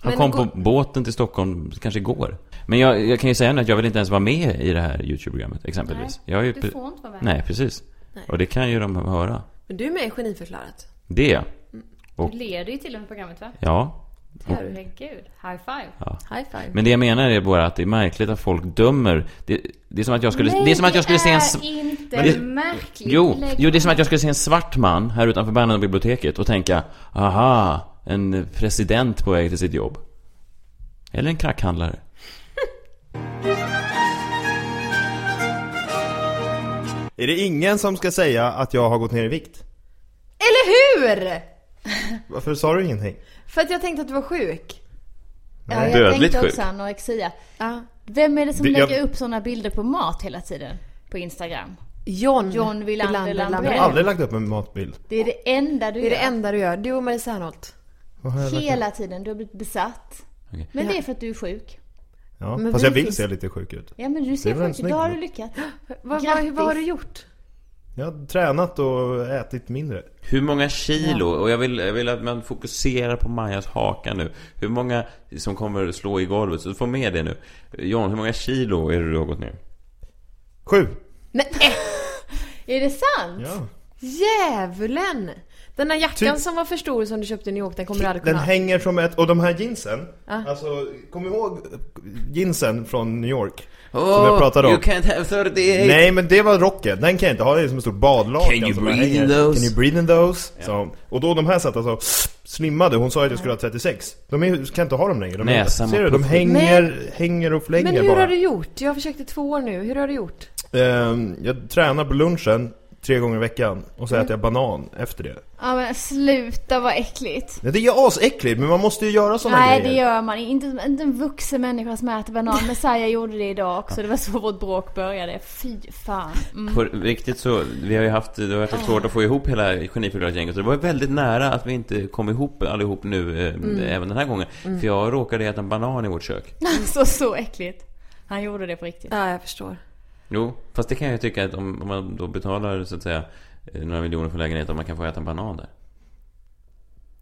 Speaker 2: Han
Speaker 5: Men
Speaker 2: kom
Speaker 5: gå-
Speaker 2: på båten till Stockholm kanske igår. Men jag, jag kan ju säga nu att jag vill inte ens vara med i det här YouTube-programmet exempelvis.
Speaker 3: Nej,
Speaker 2: jag är ju
Speaker 3: du
Speaker 2: pre-
Speaker 3: får inte vara med.
Speaker 2: Nej, precis. Och det kan ju de höra.
Speaker 5: Men du är med i Geniförklarat.
Speaker 2: Det,
Speaker 3: Du leder ju till och med programmet va?
Speaker 2: ja.
Speaker 3: Herregud, high five.
Speaker 5: High five.
Speaker 2: Men det jag menar är bara att det är märkligt att folk dömer. Det, det är som att jag skulle, det är som att jag skulle se en... s-
Speaker 3: är inte
Speaker 2: Men det-
Speaker 3: märkligt.
Speaker 2: Jo,
Speaker 3: Lägg
Speaker 2: jo, det är som att jag skulle se en svart man här utanför Bernadottebiblioteket biblioteket och tänka Aha, en president på väg till sitt jobb. Eller en crackhandlare.
Speaker 4: Är det ingen som ska säga att jag har gått ner i vikt?
Speaker 5: Eller hur?
Speaker 4: Varför sa du ingenting?
Speaker 5: För att jag tänkte att du var sjuk.
Speaker 3: Ja, jag
Speaker 2: Dödligt
Speaker 3: tänkte
Speaker 2: sjuk.
Speaker 3: också anorexia.
Speaker 5: Ja.
Speaker 3: Vem är det som
Speaker 4: Det- jag-
Speaker 3: lägger upp såna bilder på mat hela tiden? På Instagram.
Speaker 5: John,
Speaker 3: John Wilander Lambrell.
Speaker 4: Jag har aldrig lagt upp en matbild.
Speaker 3: Det är det enda du
Speaker 5: Det är det
Speaker 3: gör.
Speaker 5: enda du gör. Du och Marie Serneholt.
Speaker 3: Hela tiden. Du har blivit besatt.
Speaker 2: Okej.
Speaker 3: Men det är för att du är sjuk.
Speaker 4: Ja,
Speaker 5: Men
Speaker 4: fast
Speaker 5: vi
Speaker 4: jag vill
Speaker 5: finns-
Speaker 4: se lite sjuk ut.
Speaker 3: Ja men du
Speaker 4: Det är
Speaker 3: ser
Speaker 4: väl en
Speaker 3: sjuk ut.
Speaker 4: snygg
Speaker 3: Då har
Speaker 4: bild.
Speaker 3: du lyckats.
Speaker 5: Vad, vad,
Speaker 3: Grattis.
Speaker 5: vad har du gjort?
Speaker 4: Jag har tränat och ätit mindre.
Speaker 2: Hur många kilo? Och jag vill, jag vill att man fokuserar på Majas haka nu. Hur många som kommer slå i golvet? Så du får med det nu. John, hur många kilo är det du har gått ner?
Speaker 4: Sju!
Speaker 5: Nej!
Speaker 3: Är det sant?
Speaker 4: Ja.
Speaker 5: Djävulen! Den där jackan
Speaker 4: Typ-
Speaker 5: som var för stor som du köpte i New York, den kommer du aldrig
Speaker 4: Den
Speaker 5: kunna ha.
Speaker 4: hänger som ett... Och de här jeansen. Alltså, kom ihåg jeansen från New York?
Speaker 2: Oh,
Speaker 4: som jag pratade om.
Speaker 2: can't have 38!
Speaker 4: Nej men det var rocken, den kan jag inte ha, det är som ett stort badlakan
Speaker 2: Can you
Speaker 4: som bara
Speaker 2: breathe in
Speaker 4: hänger.
Speaker 2: those?
Speaker 4: Can you breathe in those? Sa hon. Och då de här satt alltså slimmade, hon sa att jag skulle ha 36 De är, kan inte ha dem längre, de, är,
Speaker 2: Näsan
Speaker 4: ser
Speaker 2: mot
Speaker 4: du, de
Speaker 2: puffen.
Speaker 4: hänger, hänger och flänger
Speaker 5: Men hur
Speaker 4: bara
Speaker 5: har du gjort? Jag har försökt i två år nu. Hur har du gjort?
Speaker 4: Ehm, Jag tränar på lunchen tre gånger i veckan och så äter jag banan efter det
Speaker 3: Ja men sluta vad äckligt.
Speaker 4: Nej, Det är ju asäckligt men man måste ju göra sådana
Speaker 3: Nej
Speaker 4: grejer
Speaker 3: det gör man inte. Inte en vuxen människa som äter banan. Messiah gjorde det idag också. Det var så vårt bråk började. Fy fan. Mm.
Speaker 2: På riktigt så, vi har ju haft, det har varit lite svårt att få ihop hela geniförklarat-gänget. Och det var väldigt nära att vi inte kom ihop allihop nu, eh,
Speaker 3: Mm.
Speaker 2: även den här gången. För jag råkade äta en banan i vårt kök.
Speaker 3: Alltså så äckligt. Han gjorde det på riktigt.
Speaker 5: Ja, jag förstår.
Speaker 2: Jo, fast det kan jag ju tycka att om, om man då betalar så att säga eh, några miljoner för lägenheten, man kan få äta en banan där.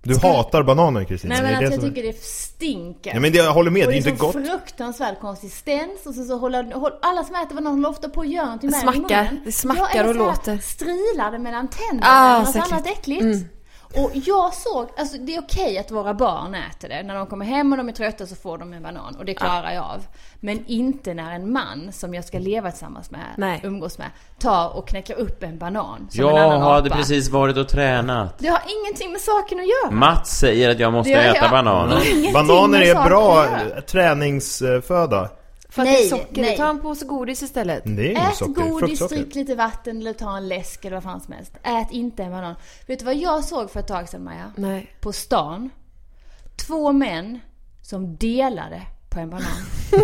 Speaker 4: Du hatar bananer Kristin,
Speaker 3: Nej men
Speaker 4: det är
Speaker 3: alltså
Speaker 4: det
Speaker 3: jag
Speaker 4: som är...
Speaker 3: tycker det stinker.
Speaker 4: Ja, men det, jag håller med,
Speaker 3: och
Speaker 4: det är
Speaker 3: det
Speaker 4: inte
Speaker 3: är så
Speaker 4: gott
Speaker 3: fruktansvand konsistens och sen så håller håll, alla som äter banan håller ofta på och gör någonting med den i
Speaker 5: Smackar.
Speaker 3: munnen.
Speaker 5: Det smackar
Speaker 3: Ja, eller
Speaker 5: och
Speaker 3: så här
Speaker 5: låter.
Speaker 3: strilade mellan tänderna.
Speaker 5: Ah,
Speaker 3: eller
Speaker 5: så
Speaker 3: något annat
Speaker 5: äckligt.
Speaker 3: äckligt.
Speaker 5: Mm.
Speaker 3: Och jag såg, alltså det är okej att våra barn äter det. När de kommer hem och de är trötta så får de en banan och det klarar jag av. Men inte när en man som jag ska leva tillsammans med,
Speaker 5: Nej.
Speaker 3: umgås med, tar och knäcker upp en banan som en
Speaker 2: Jag
Speaker 3: annan
Speaker 2: hade
Speaker 3: apa.
Speaker 2: precis varit och tränat.
Speaker 3: Det har ingenting med saken att göra.
Speaker 2: Mats säger att jag måste
Speaker 3: Det gör
Speaker 2: äta
Speaker 3: jag.
Speaker 2: bananer.
Speaker 3: Ingenting
Speaker 4: Bananer
Speaker 3: med
Speaker 4: är
Speaker 3: saken
Speaker 4: bra eh,
Speaker 3: att göra.
Speaker 4: träningsföda.
Speaker 5: För att
Speaker 3: Nej,
Speaker 5: det är socker,
Speaker 3: nej.
Speaker 5: ta en påse godis istället.
Speaker 4: Det är ju
Speaker 3: Ät
Speaker 4: socker,
Speaker 3: godis, typ.
Speaker 4: fruktsocker.
Speaker 3: drick lite vatten eller ta en läsk eller vad fan som helst. Ät inte en banan. Vet du vad jag såg för ett tag sedan Maja?
Speaker 5: Nej.
Speaker 3: På stan. Två män som delade på en banan.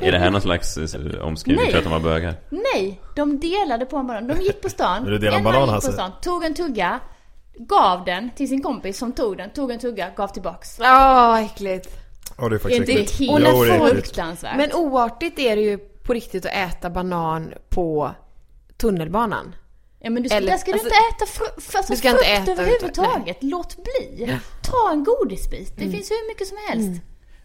Speaker 2: Är det här någon slags eh, omskrivning
Speaker 3: Nej.
Speaker 2: för att de var bögar?
Speaker 3: Nej, de delade på en banan. De gick på stan.
Speaker 4: Vill du dela en
Speaker 3: en man
Speaker 4: banan,
Speaker 3: gick
Speaker 4: Hasse?
Speaker 3: på stan, tog en tugga, gav den till sin kompis som tog den, tog en tugga, gav tillbaks.
Speaker 5: Åh, vad äckligt.
Speaker 4: Ja, det är faktiskt
Speaker 3: Det är
Speaker 4: äckligt.
Speaker 3: helt
Speaker 4: Jo,
Speaker 5: när
Speaker 4: det är
Speaker 5: folk-
Speaker 4: äckligt.
Speaker 3: Fruktansvärt.
Speaker 5: Men oartigt är det ju på riktigt att äta banan på tunnelbanan.
Speaker 3: Ja men du ska,
Speaker 5: Eller-
Speaker 3: där ska
Speaker 5: alltså-
Speaker 3: du inte äta fru, för, alltså,
Speaker 5: Du ska inte
Speaker 3: frukt
Speaker 5: äta
Speaker 3: överhuvudtaget. Låt bli. Ta en godisbit.
Speaker 5: Mm.
Speaker 3: Det finns hur mycket som helst.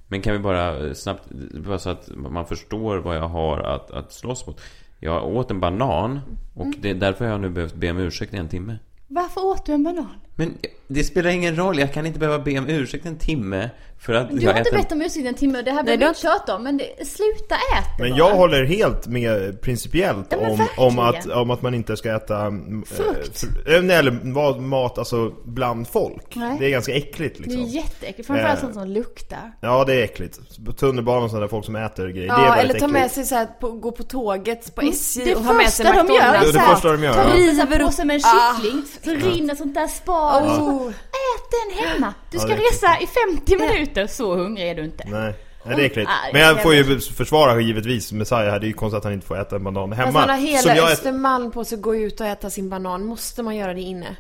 Speaker 2: Men kan vi bara eh, snabbt, bara så att man förstår vad jag har att, att slåss mot. Jag åt en banan och
Speaker 3: Mm.
Speaker 2: det är därför har jag nu behövt be om ursäkt i en timme.
Speaker 3: Varför åt du en banan?
Speaker 2: Men eh, det spelar ingen roll, jag kan inte behöva be om ursäkt en timme för att
Speaker 3: Du har
Speaker 2: jag
Speaker 3: inte
Speaker 2: äter...
Speaker 3: bett om ursäkt i en timme och det här
Speaker 5: Nej,
Speaker 3: behöver
Speaker 5: du
Speaker 3: du inte tjata om. Men det, sluta äta
Speaker 4: Men
Speaker 3: bara.
Speaker 4: jag håller helt med principiellt
Speaker 3: Ja, men
Speaker 4: om, om, att,
Speaker 3: verkligen.
Speaker 4: om att man inte ska äta mm,
Speaker 3: Frukt.
Speaker 4: eh, fr- eh, nej, eller vad- mat alltså, bland folk.
Speaker 3: Nej.
Speaker 4: Det är ganska äckligt
Speaker 3: Det
Speaker 4: liksom.
Speaker 3: är jätteäckligt. Framförallt
Speaker 4: Eh.
Speaker 3: sånt som luktar.
Speaker 4: Ja, det är äckligt. På tunnelbanan och sådana där folk som äter grejer. det
Speaker 5: Ja,
Speaker 4: är väldigt
Speaker 5: eller ta
Speaker 4: äckligt.
Speaker 5: med sig så här, på, gå på tåget på SJ
Speaker 3: Det
Speaker 5: och ha med sig
Speaker 3: första de gör
Speaker 4: Det är
Speaker 5: McDonalds.
Speaker 4: det
Speaker 3: Exakt.
Speaker 4: första de gör.
Speaker 3: Ta
Speaker 4: Ja.
Speaker 3: med sig
Speaker 5: River
Speaker 3: på
Speaker 5: upp-
Speaker 3: som en
Speaker 5: Ah.
Speaker 3: kyckling. Så rinner sånt där spar och så.
Speaker 5: Oh.
Speaker 3: Ät den hemma. Du ska
Speaker 4: det är
Speaker 3: resa i 50 minuter. Så hungrig är du inte.
Speaker 4: Nej. Nej, det är äckligt.
Speaker 3: Ah,
Speaker 4: Men jag
Speaker 3: jag
Speaker 4: får ju försvara givetvis Messiah här. Det är ju konstigt att han inte får äta en banan hemma.
Speaker 5: Fast man har
Speaker 4: Som
Speaker 5: hela
Speaker 4: jag äter-
Speaker 5: Östermalm på sig att gå ut och äta sin banan. Måste man göra det inne?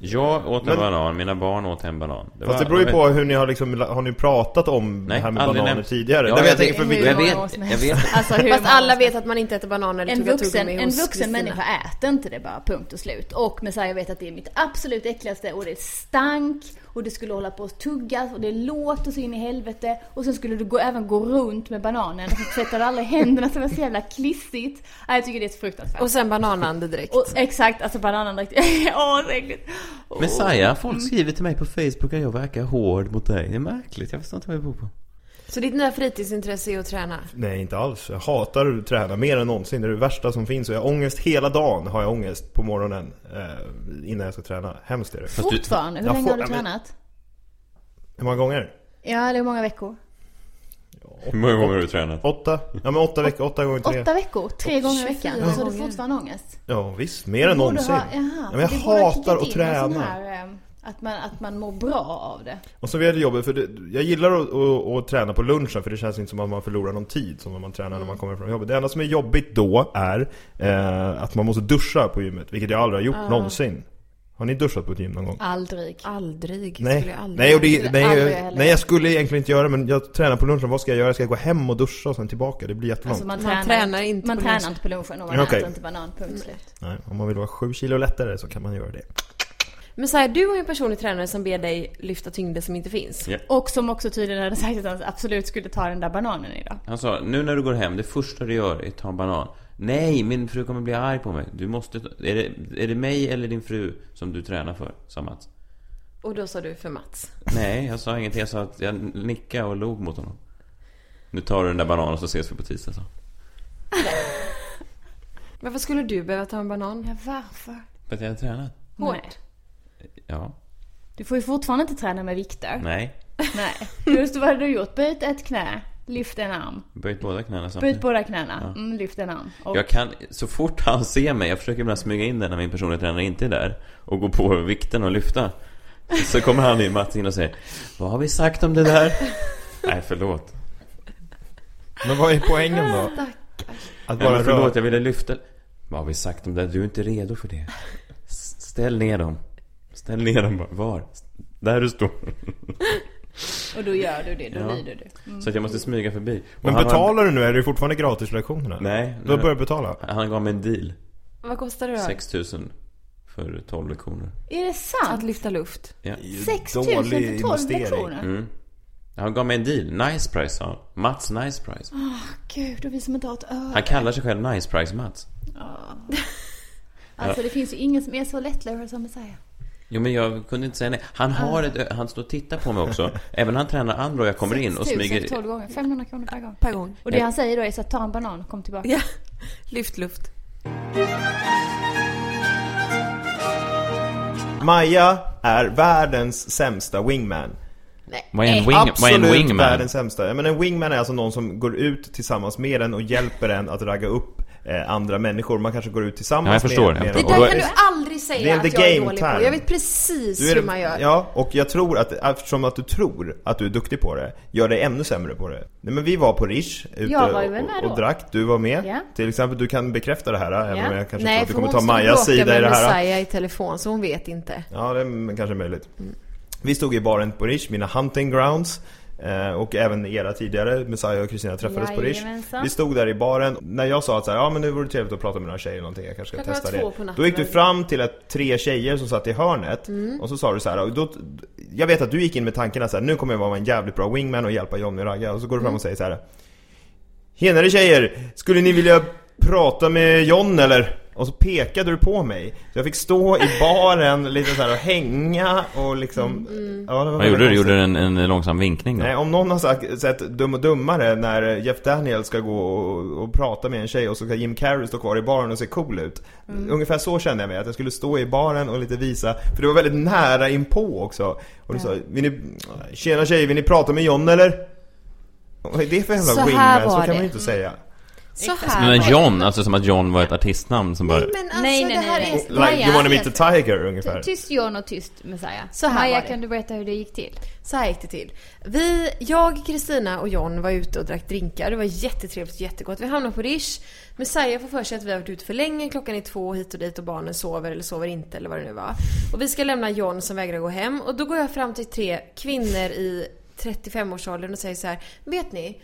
Speaker 2: Jag åt en
Speaker 4: Men-
Speaker 2: banan, mina barn åt en banan. Det
Speaker 4: Fast det beror ju på hur ni har liksom, har ni pratat om det här med
Speaker 2: aldrig
Speaker 4: bananer
Speaker 2: nämnt.
Speaker 4: tidigare?
Speaker 2: Ja,
Speaker 4: Nej, men jag
Speaker 2: jag
Speaker 4: tänker för
Speaker 2: vet-
Speaker 4: vi-
Speaker 2: jag
Speaker 3: många
Speaker 2: vet-
Speaker 3: år som
Speaker 2: jag
Speaker 3: helst.
Speaker 2: vet.
Speaker 3: Alltså, hur
Speaker 5: Fast
Speaker 3: många år
Speaker 5: alla
Speaker 3: som
Speaker 5: vet att man inte äter banan eller
Speaker 3: En
Speaker 5: tugga
Speaker 3: vuxen,
Speaker 5: tuggummi
Speaker 3: en
Speaker 5: hos
Speaker 3: vuxen
Speaker 5: Kristina.
Speaker 3: människa äter inte det bara, punkt och slut. Och Messiah vet att det är mitt absolut äckligaste och det stank och det skulle hålla på att tuggas och det låter så in i helvete. Och sen skulle du gå, även gå runt med bananen och så tvättar du aldrig händerna så det var så jävla klissigt. Ja, Jag tycker det är så fruktansvärt.
Speaker 5: Och sen bananandedräkt.
Speaker 3: Och, exakt, alltså bananen direkt. Åh, så äckligt. Åh.
Speaker 2: Messiah,
Speaker 3: Mm.
Speaker 2: folk skriver till mig på Facebook att jag verkar hård mot dig. Det är märkligt, jag förstår inte vad det beror på.
Speaker 5: Så ditt nya fritidsintresse är att träna?
Speaker 4: Nej, inte alls. Jag hatar att träna mer än någonsin. Det är det värsta som finns. Och jag har ångest hela dagen. Har jag ångest på morgonen. Eh, innan jag ska träna. Hemskt är det.
Speaker 3: Fortfarande? Hur
Speaker 4: Jag
Speaker 3: länge
Speaker 4: får-
Speaker 3: har du
Speaker 4: ja, men-
Speaker 3: tränat?
Speaker 4: Hur många gånger?
Speaker 3: Ja, eller hur många veckor?
Speaker 2: Hur många gånger har du tränat?
Speaker 4: Åtta? Ja men åtta veckor, åtta gånger tre.
Speaker 3: Åtta veckor? Tre gånger i veckan?
Speaker 5: Ja.
Speaker 3: Så har du fortfarande ångest?
Speaker 4: Ja visst, mer än
Speaker 3: borde
Speaker 4: någonsin.
Speaker 3: ha- jaha,
Speaker 4: ja, men jag
Speaker 3: det borde ha
Speaker 4: hatar att
Speaker 3: kickat in en sån
Speaker 4: träna.
Speaker 3: här, eh, Att man, att man mår bra av det.
Speaker 4: Och så vid det jobbet, för det, jag gillar att, att, att träna på lunchen för det känns inte som att man förlorar någon tid som när man tränar när man kommer från jobbet. Det enda som är jobbigt då är eh, att man måste duscha på gymmet, vilket jag aldrig har gjort någonsin. Har ni duschat på ett gym någon gång?
Speaker 3: Aldrig.
Speaker 5: Aldrig. Skulle
Speaker 4: Nej,
Speaker 5: jag aldrig
Speaker 4: nej, och det,
Speaker 5: göra.
Speaker 4: nej,
Speaker 3: aldrig
Speaker 4: jag-
Speaker 3: heller.
Speaker 4: nej jag skulle egentligen inte göra det men jag tränar på lunchen, vad ska jag göra? Ska jag gå hem och duscha och sen tillbaka? Det blir jättelångt.
Speaker 3: Alltså man, tränar,
Speaker 5: Man tränar inte
Speaker 3: man
Speaker 5: på
Speaker 3: tränar
Speaker 5: lunchen.
Speaker 3: inte på lunchen och man
Speaker 4: Ja, okej.
Speaker 3: äter inte banan, punkt slut.
Speaker 4: Nej, om man vill vara sju kilo lättare så kan man göra det.
Speaker 5: Men så här, du har ju en personlig tränare som ber dig lyfta tyngder som inte finns.
Speaker 3: Och som också tydligen hade sagt att han absolut skulle ta den där bananen idag.
Speaker 2: Han sa, nu när du går hem, det första du gör är att ta en banan. Nej, min fru kommer bli arg på mig. Du måste... ta- Är det, är det mig eller din fru som du tränar för? Sa Mats.
Speaker 5: Och då sa du för Mats.
Speaker 2: Nej, jag sa ingenting. Jag sa att jag nickade och log mot honom. Nu tar du den där bananen och så ses vi på tisdag, så.
Speaker 5: Varför skulle du behöva ta en banan?
Speaker 3: Ja, varför?
Speaker 2: För att jag har tränat.
Speaker 3: Hårt.
Speaker 2: Ja.
Speaker 3: Du får ju fortfarande inte träna med vikter.
Speaker 2: Nej.
Speaker 3: Nej. Just vad hade du gjort? Böjt ett knä, lyft en arm.
Speaker 2: Böjt båda knäna
Speaker 3: Böjt
Speaker 2: samtidigt.
Speaker 3: båda knäna, mm, lyft en arm. Och
Speaker 2: Jag kan, så fort han ser mig, jag försöker ibland smyga in den när min personliga tränare inte är där och gå på vikten och lyfta. Så kommer han in, Mats, in och säger Vad har vi sagt om det där? Nej, förlåt.
Speaker 4: Men vad är poängen då? Att
Speaker 2: Ja,
Speaker 4: bara
Speaker 2: men förlåt,
Speaker 4: röra...
Speaker 2: jag ville lyfta... Vad har vi sagt om det? Du är inte redo för det. S- Ställ ner dem. Ställ ner dem bara. Var? Där du står.
Speaker 3: Och då gör du det, då
Speaker 2: Ja.
Speaker 3: lyder du.
Speaker 2: Så att jag måste smyga förbi. Och
Speaker 4: Mm. Men
Speaker 2: han har-
Speaker 4: betalar du nu? Är det fortfarande gratislektionerna?
Speaker 2: Nej.
Speaker 4: Du har
Speaker 2: nu-
Speaker 4: börjat betala?
Speaker 2: Han gav mig en deal.
Speaker 5: Vad kostar det då?
Speaker 2: 6000 för 12 lektioner.
Speaker 3: Är det
Speaker 5: Att
Speaker 3: sant?
Speaker 5: lyfta luft.
Speaker 2: Ja.
Speaker 3: 6 000 för 12 lektioner?
Speaker 2: Han gav mig en deal. Nice price sa han. Mats nice price.
Speaker 4: Ah.
Speaker 3: Ah, Gud, och vi som inte har ett öre.
Speaker 2: Han kallar sig själv nice price Mats.
Speaker 3: Alltså det finns ju ingen som är så lättlurad som Messiah.
Speaker 2: Jo men jag kunde inte säga nej.
Speaker 4: Ah.
Speaker 2: Han har ett ö- han står och tittar på mig också. Även när han tränar andra och jag kommer in och
Speaker 3: 6 000
Speaker 2: smyger...
Speaker 3: 12 gånger, 500 kronor per gång.
Speaker 5: Per gång.
Speaker 3: Och det han säger då är så att ta en banan och kom tillbaka.
Speaker 5: Ja. Lyft luft.
Speaker 4: Maja är världens sämsta wingman.
Speaker 2: Vad är en, wing, vad är en
Speaker 4: Eh, Absolut
Speaker 2: wingman?
Speaker 4: världens sämsta. Ja, Men en wingman är alltså någon som går ut tillsammans med en och hjälper en att ragga upp eh, andra människor. Man kanske går ut tillsammans
Speaker 2: Ja, jag förstår,
Speaker 4: med,
Speaker 2: jag
Speaker 4: med
Speaker 2: förstår.
Speaker 4: en.
Speaker 2: Och
Speaker 5: Där
Speaker 2: då är-
Speaker 5: kan du aldrig
Speaker 4: Det är
Speaker 5: säga
Speaker 4: the
Speaker 5: att jag är
Speaker 4: game
Speaker 5: dålig
Speaker 4: time.
Speaker 5: på. Jag vet precis
Speaker 4: Du är
Speaker 5: hur
Speaker 4: det-
Speaker 5: man gör.
Speaker 4: Ja, och jag tror att eftersom att du tror att du är duktig på det, gör dig ännu sämre på det. Nej men vi var på Rish ute
Speaker 3: Jag var ju väl med
Speaker 4: och, och
Speaker 3: då.
Speaker 4: drack, du var med.
Speaker 3: Ja.
Speaker 4: Till exempel, du kan bekräfta det här, även
Speaker 3: Ja.
Speaker 4: om jag kanske tror
Speaker 5: Nej,
Speaker 4: att du
Speaker 5: för
Speaker 4: kommer
Speaker 5: hon
Speaker 4: ta
Speaker 5: stod och
Speaker 4: Majas
Speaker 5: bråkade
Speaker 4: sida i
Speaker 5: med
Speaker 4: det här.
Speaker 5: Messiah i telefon, så hon vet inte.
Speaker 4: Ja, det är m- kanske möjligt. Vi stod i baren på Rish, mina hunting grounds. eh, Och även era tidigare, Messiah och Kristina träffades på Rish.
Speaker 3: Jajamensan.
Speaker 4: Vi stod där i baren. När jag sa att så här, ja men nu vore det trevligt att prata med några tjejer eller någonting, jag kanske ska
Speaker 5: Klockan var
Speaker 4: testa
Speaker 5: två på natten.
Speaker 4: det.
Speaker 5: Mm.
Speaker 4: Då gick du fram till ett, tre tjejer som satt i hörnet. Och så sa du så här, och då, jag vet att du gick in med tanken att så här, nu kommer jag vara en jävligt bra wingman och hjälpa Johnny och Ragga. Och så går du
Speaker 5: Mm.
Speaker 4: fram och säger så här. Tjenare tjejer! Skulle ni vilja prata med John eller? Och så pekade du på mig. Så jag fick stå i baren lite så här och hänga och liksom...
Speaker 5: Mm,
Speaker 4: Ja, det var
Speaker 2: Vad gjorde du?
Speaker 4: väldigt
Speaker 2: Gjorde
Speaker 4: konstigt.
Speaker 2: du en, en långsam vinkning då?
Speaker 4: Nej, om någon har sagt, sett Dum och Dummare när Jeff Daniel ska gå och, och prata med en tjej och så ska Jim Carrey stå kvar i baren och se cool ut.
Speaker 5: Mm.
Speaker 4: Ungefär så kände jag mig, att jag skulle stå i baren och lite visa, för det var väldigt nära inpå också. Och du sa, vill ni, tjena tjejer, vill ni prata med John eller? Vad är det för jävla
Speaker 5: Så här
Speaker 4: wingman? Så
Speaker 5: var
Speaker 4: kan man
Speaker 5: det.
Speaker 4: ju inte säga.
Speaker 5: Så här.
Speaker 2: Men John, alltså som att John var ett artistnamn som bara...
Speaker 5: Men alltså
Speaker 3: Nej,
Speaker 5: nej,
Speaker 3: nej,
Speaker 5: det
Speaker 3: nej,
Speaker 5: här
Speaker 3: nej.
Speaker 5: är...
Speaker 3: Och-
Speaker 4: Like, you wanna meet the tiger
Speaker 3: Ty-
Speaker 4: ungefär.
Speaker 3: Tyst John och tyst Messiah.
Speaker 5: Så här
Speaker 3: Maja,
Speaker 5: var det.
Speaker 3: kan du berätta hur det gick till?
Speaker 5: Så här gick det till. Vi, jag, Kristina och John var ute och drack drinkar. Det var jättetrevligt och jättegott. Vi hamnade på Rish. Messiah får för sig att vi har varit ute för länge. Klockan är två hit och dit och barnen sover eller sover inte eller vad det nu var. Och vi ska lämna John som vägrar gå hem. Och då går jag fram till tre kvinnor i 35-årsåldern och säger så här. Vet ni?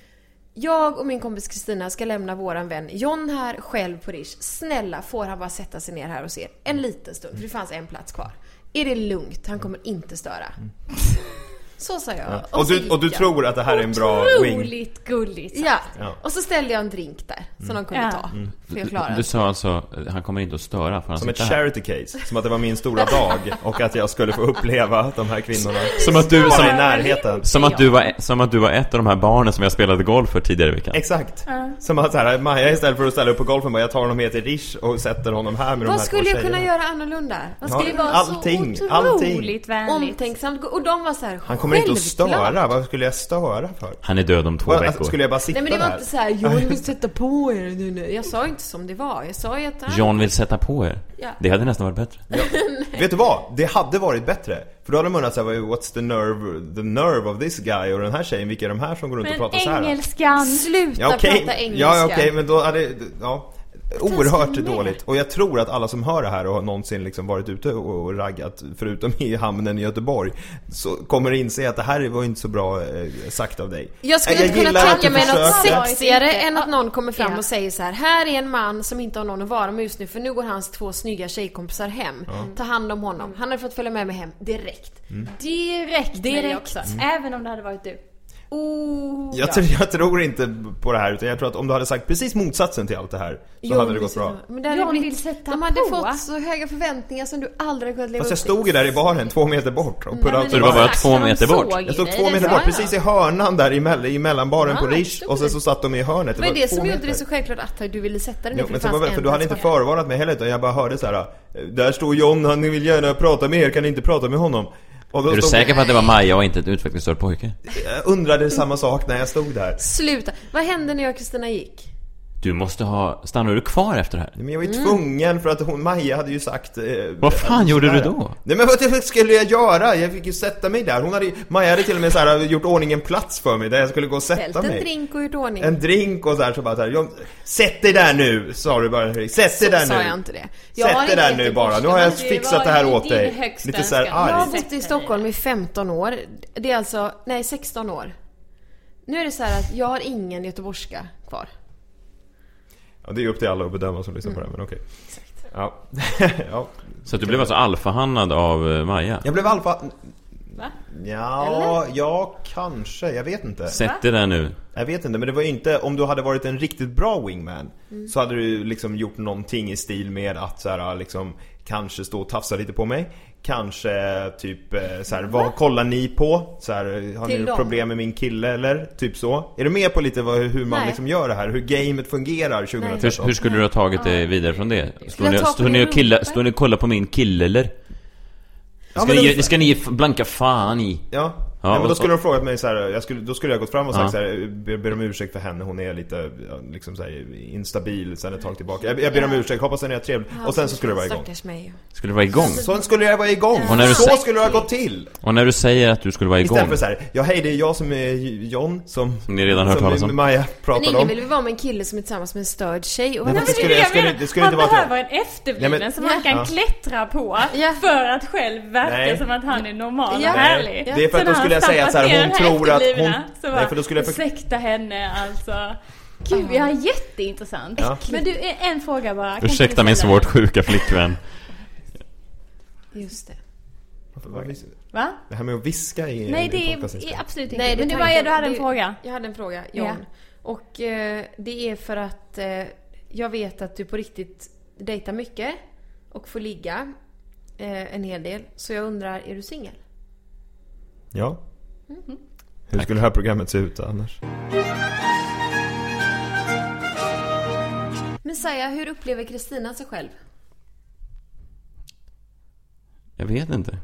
Speaker 5: Jag och min kompis Kristina ska lämna våran vän John här själv på Rish. Snälla, får han bara sätta sig ner här och se en liten stund? För det fanns en plats kvar. Är det lugnt? Han kommer inte störa. Så sa jag.
Speaker 4: Ja. Och,
Speaker 5: så
Speaker 4: du,
Speaker 5: gick
Speaker 4: och du
Speaker 5: jag.
Speaker 4: tror att det här är en bra wing?
Speaker 3: Otroligt gulligt.
Speaker 5: Ja.
Speaker 4: Ja. Mm.
Speaker 5: Och så ställde jag en drink där som de kunde
Speaker 3: Ja.
Speaker 5: ta. För jag klarade
Speaker 2: Mm. Du sa alltså, han kommer inte att störa för han
Speaker 4: Som ett
Speaker 2: sitter här.
Speaker 4: charity case, som att det var min stora dag och att jag skulle få uppleva de här kvinnorna
Speaker 2: Som att du,
Speaker 4: vara
Speaker 2: som,
Speaker 4: i närheten.
Speaker 2: som, att du var, som att du var ett av de här barnen som jag spelade golf för tidigare i veckan.
Speaker 4: Exakt! Som att så här, Maja istället för att ställa upp på golfen bara, jag tar honom med till Rish och sätter honom här med de
Speaker 5: Vad
Speaker 4: här
Speaker 5: skulle
Speaker 4: två
Speaker 5: jag kunna
Speaker 4: tjejerna.
Speaker 5: göra annorlunda? Vad
Speaker 4: Ja,
Speaker 5: skulle
Speaker 3: Det var
Speaker 4: allting,
Speaker 3: så
Speaker 4: allting.
Speaker 3: otroligt vänligt.
Speaker 5: Omtänksamt. Och de var så här
Speaker 4: Han kommer inte att
Speaker 5: självklart.
Speaker 4: störa, vad skulle jag störa för?
Speaker 2: Han är död om två
Speaker 4: Vad- alltså,
Speaker 2: veckor.
Speaker 4: skulle jag bara sitta
Speaker 5: Nej men det var
Speaker 4: där?
Speaker 5: inte så här, John vill sätta på er nu nu. Jag sa ju inte som det var. Jag sa ju att "Ah, han...
Speaker 2: John vill sätta på er.
Speaker 5: Ja.
Speaker 2: Det hade nästan varit bättre.
Speaker 4: Vet du vad? Det hade varit bättre. För då hade man undrat såhär, what's the nerve, the nerve of this guy och den här tjejen, vilka är de här som går runt och
Speaker 3: Men
Speaker 4: pratar så här?
Speaker 3: engelskan.
Speaker 5: Sluta
Speaker 4: Ja, okej.
Speaker 5: prata engelska.
Speaker 4: Ja, ja, okej, men då hade, ja. Oerhört
Speaker 3: med.
Speaker 4: dåligt. Och jag tror att alla som hör det här och har någonsin liksom varit ute och och raggat, förutom i hamnen i Göteborg, så kommer inse att det här var inte så bra eh, sagt av dig.
Speaker 5: Jag skulle
Speaker 4: Äh,
Speaker 5: inte kunna
Speaker 4: gillar att
Speaker 5: tänka
Speaker 4: du
Speaker 5: mig något
Speaker 4: försökte.
Speaker 3: sex-
Speaker 5: sexigare
Speaker 3: Inte.
Speaker 5: än att någon kommer fram
Speaker 3: Ja.
Speaker 5: och säger så här. Här är en man som inte har någon att vara med just nu för nu går hans två snygga tjejkompisar hem. Mm. Ta hand om honom. Han hade fått följa med mig hem direkt.
Speaker 4: Mm.
Speaker 3: Direkt, direkt.
Speaker 5: Direkt.
Speaker 3: Också. Även om det hade varit du.
Speaker 5: Oh,
Speaker 4: Jag, tror, jag tror inte på det här, utan jag tror att om du hade sagt precis motsatsen till allt det här, så hade det gått bra.
Speaker 5: Men det hade
Speaker 3: John
Speaker 5: blivit-
Speaker 3: vill sätta
Speaker 5: De hade
Speaker 3: på.
Speaker 5: fått så höga förväntningar som du aldrig kunnat leva
Speaker 4: Fast jag
Speaker 5: upp
Speaker 4: stod ju
Speaker 5: till.
Speaker 4: där i baren, två meter bort, och pullade
Speaker 5: men
Speaker 4: out
Speaker 2: Så
Speaker 4: the
Speaker 2: det var
Speaker 4: bar.
Speaker 2: bara två meter bort?
Speaker 4: Jag stod två meter bort, precis i hörnan där i, mell- i mellanbaren på
Speaker 5: Ja,
Speaker 4: Rish, och sen så satt de i hörnet.
Speaker 5: Det var
Speaker 4: var
Speaker 5: det
Speaker 4: två
Speaker 5: som gjorde
Speaker 4: meter.
Speaker 5: det så självklart att du ville sätta den
Speaker 4: Jo, men
Speaker 5: för,
Speaker 4: så var, för du hade inte
Speaker 5: plats kvar.
Speaker 4: förvarnat mig heller utan jag bara hörde så här. Där står John, han vill gärna prata med er, kan ni inte prata med honom? Och då
Speaker 2: Är du
Speaker 4: stod-
Speaker 2: säker på att det var Maja och inte en utvecklingsstörd pojke?
Speaker 4: Jag eh, undrade samma sak när jag stod där.
Speaker 5: Sluta! Vad hände när jag och Kristina gick?
Speaker 2: Du måste ha... Stannar du kvar efter det här?
Speaker 4: Men jag var ju
Speaker 5: Mm.
Speaker 4: tvungen för att hon, Maja hade ju sagt... eh,
Speaker 2: Vad fan
Speaker 4: att-
Speaker 2: gjorde du
Speaker 4: sådär.
Speaker 2: då?
Speaker 4: Nej men vad skulle jag göra? Jag fick ju sätta mig där. Hon hade, ju- Maja hade till och med så här, gjort ordning en plats för mig där jag skulle gå och sätta
Speaker 5: Ställt en
Speaker 4: mig.
Speaker 5: drink och gjort ordning.
Speaker 4: En drink och så här, så bara så här, John, sätt dig där nu! Sa du bara Fredrik. Sätt dig
Speaker 5: Så
Speaker 4: där nu!
Speaker 5: sa jag inte det. Jag har
Speaker 4: Sätt dig
Speaker 5: inte
Speaker 4: där
Speaker 5: gett
Speaker 4: nu
Speaker 5: dig
Speaker 4: bara,
Speaker 5: borsten,
Speaker 4: nu har
Speaker 5: men
Speaker 4: jag
Speaker 5: det
Speaker 4: fixat
Speaker 3: var
Speaker 4: det här
Speaker 3: ju
Speaker 4: åt
Speaker 3: din
Speaker 4: dig.
Speaker 3: högsta
Speaker 4: Lite så här
Speaker 3: önskan.
Speaker 4: arg.
Speaker 5: Jag har
Speaker 3: Sätta
Speaker 5: bott
Speaker 3: dig
Speaker 5: i
Speaker 3: där.
Speaker 5: Stockholm i 15 år. Det är alltså, nej 16 år. Nu är det så här att jag har ingen göteborgska kvar.
Speaker 4: Ja, det är ju upp till alla att bedöma som lyssnar på det här, men okej. Ja. ja.
Speaker 2: Så att du blev alltså alfahannad av eh, Maja?
Speaker 4: Jag blev alfa...
Speaker 3: Va?
Speaker 4: Ja, ja kanske. Jag vet inte.
Speaker 2: Sätt dig där nu.
Speaker 4: Jag vet inte, men det var ju inte... Om du hade
Speaker 5: Mm.
Speaker 4: varit en riktigt bra wingman så hade du liksom gjort någonting i stil med att så här, liksom Kanske stå och tafsa lite på mig. Kanske typ eh, så här, vad kollar ni på? Så här, har
Speaker 5: Mm. Till
Speaker 4: ni
Speaker 5: dem.
Speaker 4: problem med min kille eller? Typ så. Är du med på lite vad, hur man
Speaker 5: Nej.
Speaker 4: liksom gör det här? Hur gamet fungerar
Speaker 2: Hur,
Speaker 4: 2013?
Speaker 2: hur skulle du ha tagit dig vidare från det? Står ni,
Speaker 5: jag ta på
Speaker 2: står ni
Speaker 5: din
Speaker 2: och killa,
Speaker 5: rumpa?
Speaker 2: står ni och kollar på min kille eller? Det
Speaker 4: Ja,
Speaker 2: ska,
Speaker 4: men
Speaker 2: ni,
Speaker 4: ungefär.
Speaker 2: det ska ni ge f- blanka fan i.
Speaker 4: Ja,
Speaker 2: Ja,
Speaker 4: Nej, men då
Speaker 2: och-
Speaker 4: skulle de frågat mig så här, jag skulle, då skulle jag gått fram och sagt
Speaker 2: Ja.
Speaker 4: så här, ber, ber om ursäkt för henne, hon är lite ja, liksom så här, instabil sen ett tag tillbaka. Jag, jag ber om ursäkt, hoppas henne är trevlig. och sen så skulle jag vara igång.
Speaker 5: Stackars mig.
Speaker 2: Skulle du vara igång?
Speaker 4: Så skulle jag vara igång!
Speaker 2: Och när du
Speaker 4: så
Speaker 2: säger-
Speaker 4: skulle det ha gått till!
Speaker 2: Och när du säger att du skulle vara igång?
Speaker 4: Istället för så här, ja hej det är jag som är John som...
Speaker 2: Som ni redan hört talas om.
Speaker 4: Maja
Speaker 5: Men
Speaker 4: pratade
Speaker 5: ingen
Speaker 4: om.
Speaker 5: vill väl vara med en kille som är tillsammans med en störd tjej? Och varför
Speaker 4: Nej, men det skulle- jag skulle- det skulle
Speaker 3: han
Speaker 4: inte vara
Speaker 3: behöver en efterbliven
Speaker 4: Nej, men-
Speaker 3: som han kan
Speaker 4: Ja.
Speaker 3: klättra på
Speaker 5: Ja.
Speaker 3: för att själv verka
Speaker 4: Nej.
Speaker 3: som att han är normal
Speaker 5: Ja.
Speaker 3: och härlig.
Speaker 4: Det är för
Speaker 3: Så
Speaker 4: att då
Speaker 3: när
Speaker 4: skulle
Speaker 3: han
Speaker 4: jag säga
Speaker 3: stampar
Speaker 4: så här,
Speaker 3: ner
Speaker 4: hon
Speaker 3: den här
Speaker 4: tror att hon...
Speaker 3: efterblivna, så
Speaker 4: Nej för då skulle jag... för-
Speaker 3: Ursäkta henne alltså. Gud, ja, jätteintressant.
Speaker 4: Ja.
Speaker 3: Men du, en- en fråga bara. Kan inte
Speaker 2: Ursäkta
Speaker 3: du
Speaker 2: min
Speaker 3: ställa
Speaker 2: svårt sjuka flickvän.
Speaker 5: Just det.
Speaker 3: Va?
Speaker 4: Det här med att viska i...
Speaker 3: Nej,
Speaker 4: i
Speaker 3: det
Speaker 4: podcasten.
Speaker 3: är absolut inte.
Speaker 5: Nej,
Speaker 3: Men det
Speaker 5: tar
Speaker 3: var
Speaker 5: inte-
Speaker 3: du hade en
Speaker 5: det-
Speaker 3: fråga.
Speaker 5: Jag hade en fråga, John.
Speaker 3: Ja.
Speaker 5: Och eh, det är för att eh, jag vet att du på riktigt dejtar mycket och får ligga eh, en hel del. Så jag undrar, är du singel?
Speaker 4: Ja.
Speaker 3: Mhm.
Speaker 4: Hur skulle det här programmet se ut annars?
Speaker 5: Messiah, hur upplever Kristina sig själv?
Speaker 2: Jag vet inte.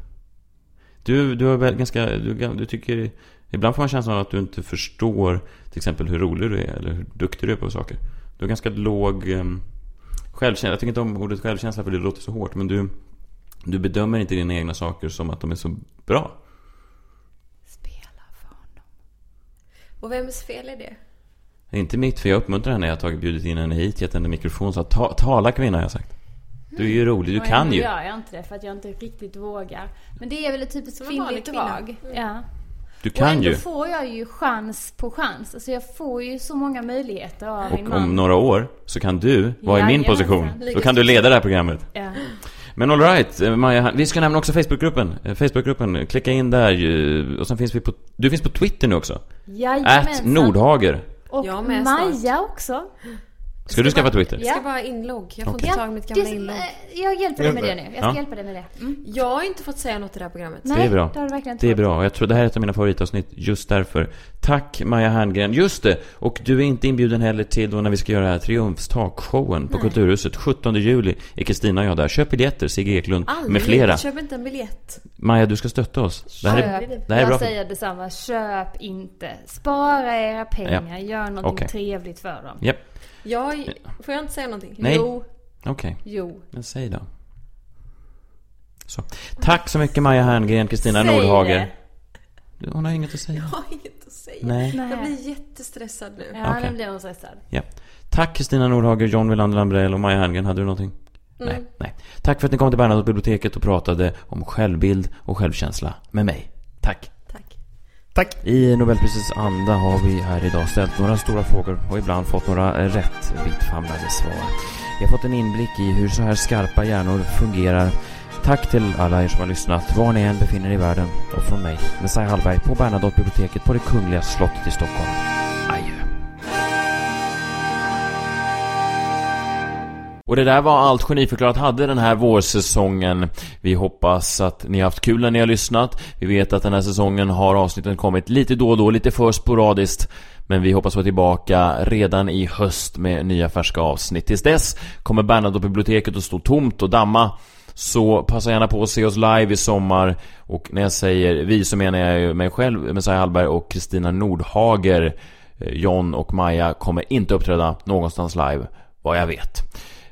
Speaker 2: Du, du har väl ganska... Du, du tycker... Ibland får man känslan av att du inte förstår till exempel hur rolig du är eller hur duktig du är på saker. Du har ganska låg um, självkänsla. Jag tycker inte om ordet självkänsla för det låter så hårt. Men du, du bedömer inte dina egna saker som att de är så bra.
Speaker 5: Spela för honom. Och vems fel är det?
Speaker 2: Det är Inte mitt, för jag uppmuntrar henne. Jag har tagit, bjudit in henne hit, gett henne en mikrofon. Så att ta, tala kvinna har jag sagt. Du är ju rolig, du
Speaker 3: Och
Speaker 2: kan
Speaker 3: ändå
Speaker 2: ju.
Speaker 3: gör jag inte Mm. det för att jag inte riktigt vågar. Men det är väl ett typiskt
Speaker 5: Som en vanlig
Speaker 3: kvinnligt drag.
Speaker 5: kvinna.
Speaker 3: Ja.
Speaker 2: Du
Speaker 3: Och
Speaker 2: kan
Speaker 3: ändå
Speaker 2: ju.
Speaker 3: får jag ju chans på chans. Alltså jag får ju så många möjligheter av min
Speaker 2: Och
Speaker 3: man.
Speaker 2: om några år så kan du vara i min
Speaker 3: Jajamensan.
Speaker 2: position. Då kan du leda det här programmet.
Speaker 3: ja.
Speaker 2: Men alright, Maja, vi ska nämna också Facebookgruppen. Eh, Facebookgruppen, klicka in där ju. Och sen finns vi på... Du finns på Twitter nu också. At
Speaker 3: Jajamensan.
Speaker 2: Nordhager.
Speaker 3: Och
Speaker 5: Jag med
Speaker 3: Maja också.
Speaker 2: Ska du skaffa Twitter?
Speaker 5: Jag ska bara ha inlogg. Jag får
Speaker 2: Okej.
Speaker 5: inte tag i mitt
Speaker 3: Det,
Speaker 5: gamla
Speaker 3: som-
Speaker 5: inlogg.
Speaker 3: eh, jag hjälper dig med det nu. Jag ska
Speaker 2: Ja.
Speaker 3: hjälpa dig med det. Mm.
Speaker 5: Jag har inte fått säga något i det här programmet.
Speaker 2: Det
Speaker 3: Nej,
Speaker 2: är bra.
Speaker 3: det har du verkligen inte
Speaker 2: Det är
Speaker 3: fått.
Speaker 2: bra. Och Jag tror det här är ett av mina favoritavsnitt just därför. Tack Maja Herngren. Just det! Och du är inte inbjuden heller till då när vi ska göra Triumfs takshowen på Kulturhuset. 17 juli är Kristina och jag där. Köp biljetter, Sigge Eklund
Speaker 5: Aldrig.
Speaker 2: med flera.
Speaker 5: Köp inte en biljett.
Speaker 2: Maja, du ska stötta oss. Det här är,
Speaker 3: Köp.
Speaker 2: det här är bra.
Speaker 3: Jag
Speaker 2: för-
Speaker 3: säger detsamma. Köp inte. Spara era pengar. Gör någonting
Speaker 2: Okej.
Speaker 3: trevligt för dem.
Speaker 2: Japp.
Speaker 5: Jag, får jag inte säga någonting?
Speaker 2: Nej.
Speaker 5: Jo.
Speaker 2: Okej.
Speaker 3: Jo.
Speaker 2: Men säg då. Så. Tack så mycket Maja Herngren, Kristina
Speaker 3: Säg
Speaker 2: Nordhager. Du, Hon har inget att säga.
Speaker 5: Jag har inget att säga.
Speaker 2: Nej.
Speaker 3: Nej.
Speaker 5: Jag blir jättestressad nu.
Speaker 3: Ja,
Speaker 2: Okej.
Speaker 3: nu blir hon stressad.
Speaker 2: Ja. Tack Kristina Nordhager, John Wilander Lambrell och Maja Herngren. Hade du någonting? Nej, nej. Tack för att ni kom till Bernadotte-biblioteket och pratade om självbild och självkänsla med mig. Tack.
Speaker 5: Tack.
Speaker 4: Tack!
Speaker 2: I Nobelprisets anda har vi här idag ställt några stora frågor och ibland fått några rätt vittfamlade svar. Vi har fått en inblick i hur så här skarpa hjärnor fungerar. Tack till alla er som har lyssnat, var ni än befinner er i världen och från mig, Messiah Hallberg på Bernadotte-biblioteket på det Kungliga slottet i Stockholm. Adjö. Och det där var allt Geniförklarat hade den här vårsäsongen. Vi hoppas att ni har haft kul när ni har lyssnat. Vi vet att den här säsongen har avsnitten kommit lite då och då, lite för sporadiskt. Men vi hoppas vara tillbaka redan i höst med nya färska avsnitt. Tills dess kommer Bernadotte-biblioteket att stå tomt och damma. Så passa gärna på att se oss live i sommar. Och när jag säger vi så menar jag ju mig själv, Messiah Hallberg och Kristina Nordhager. Eh, John och Maja kommer inte uppträda någonstans live, vad jag vet.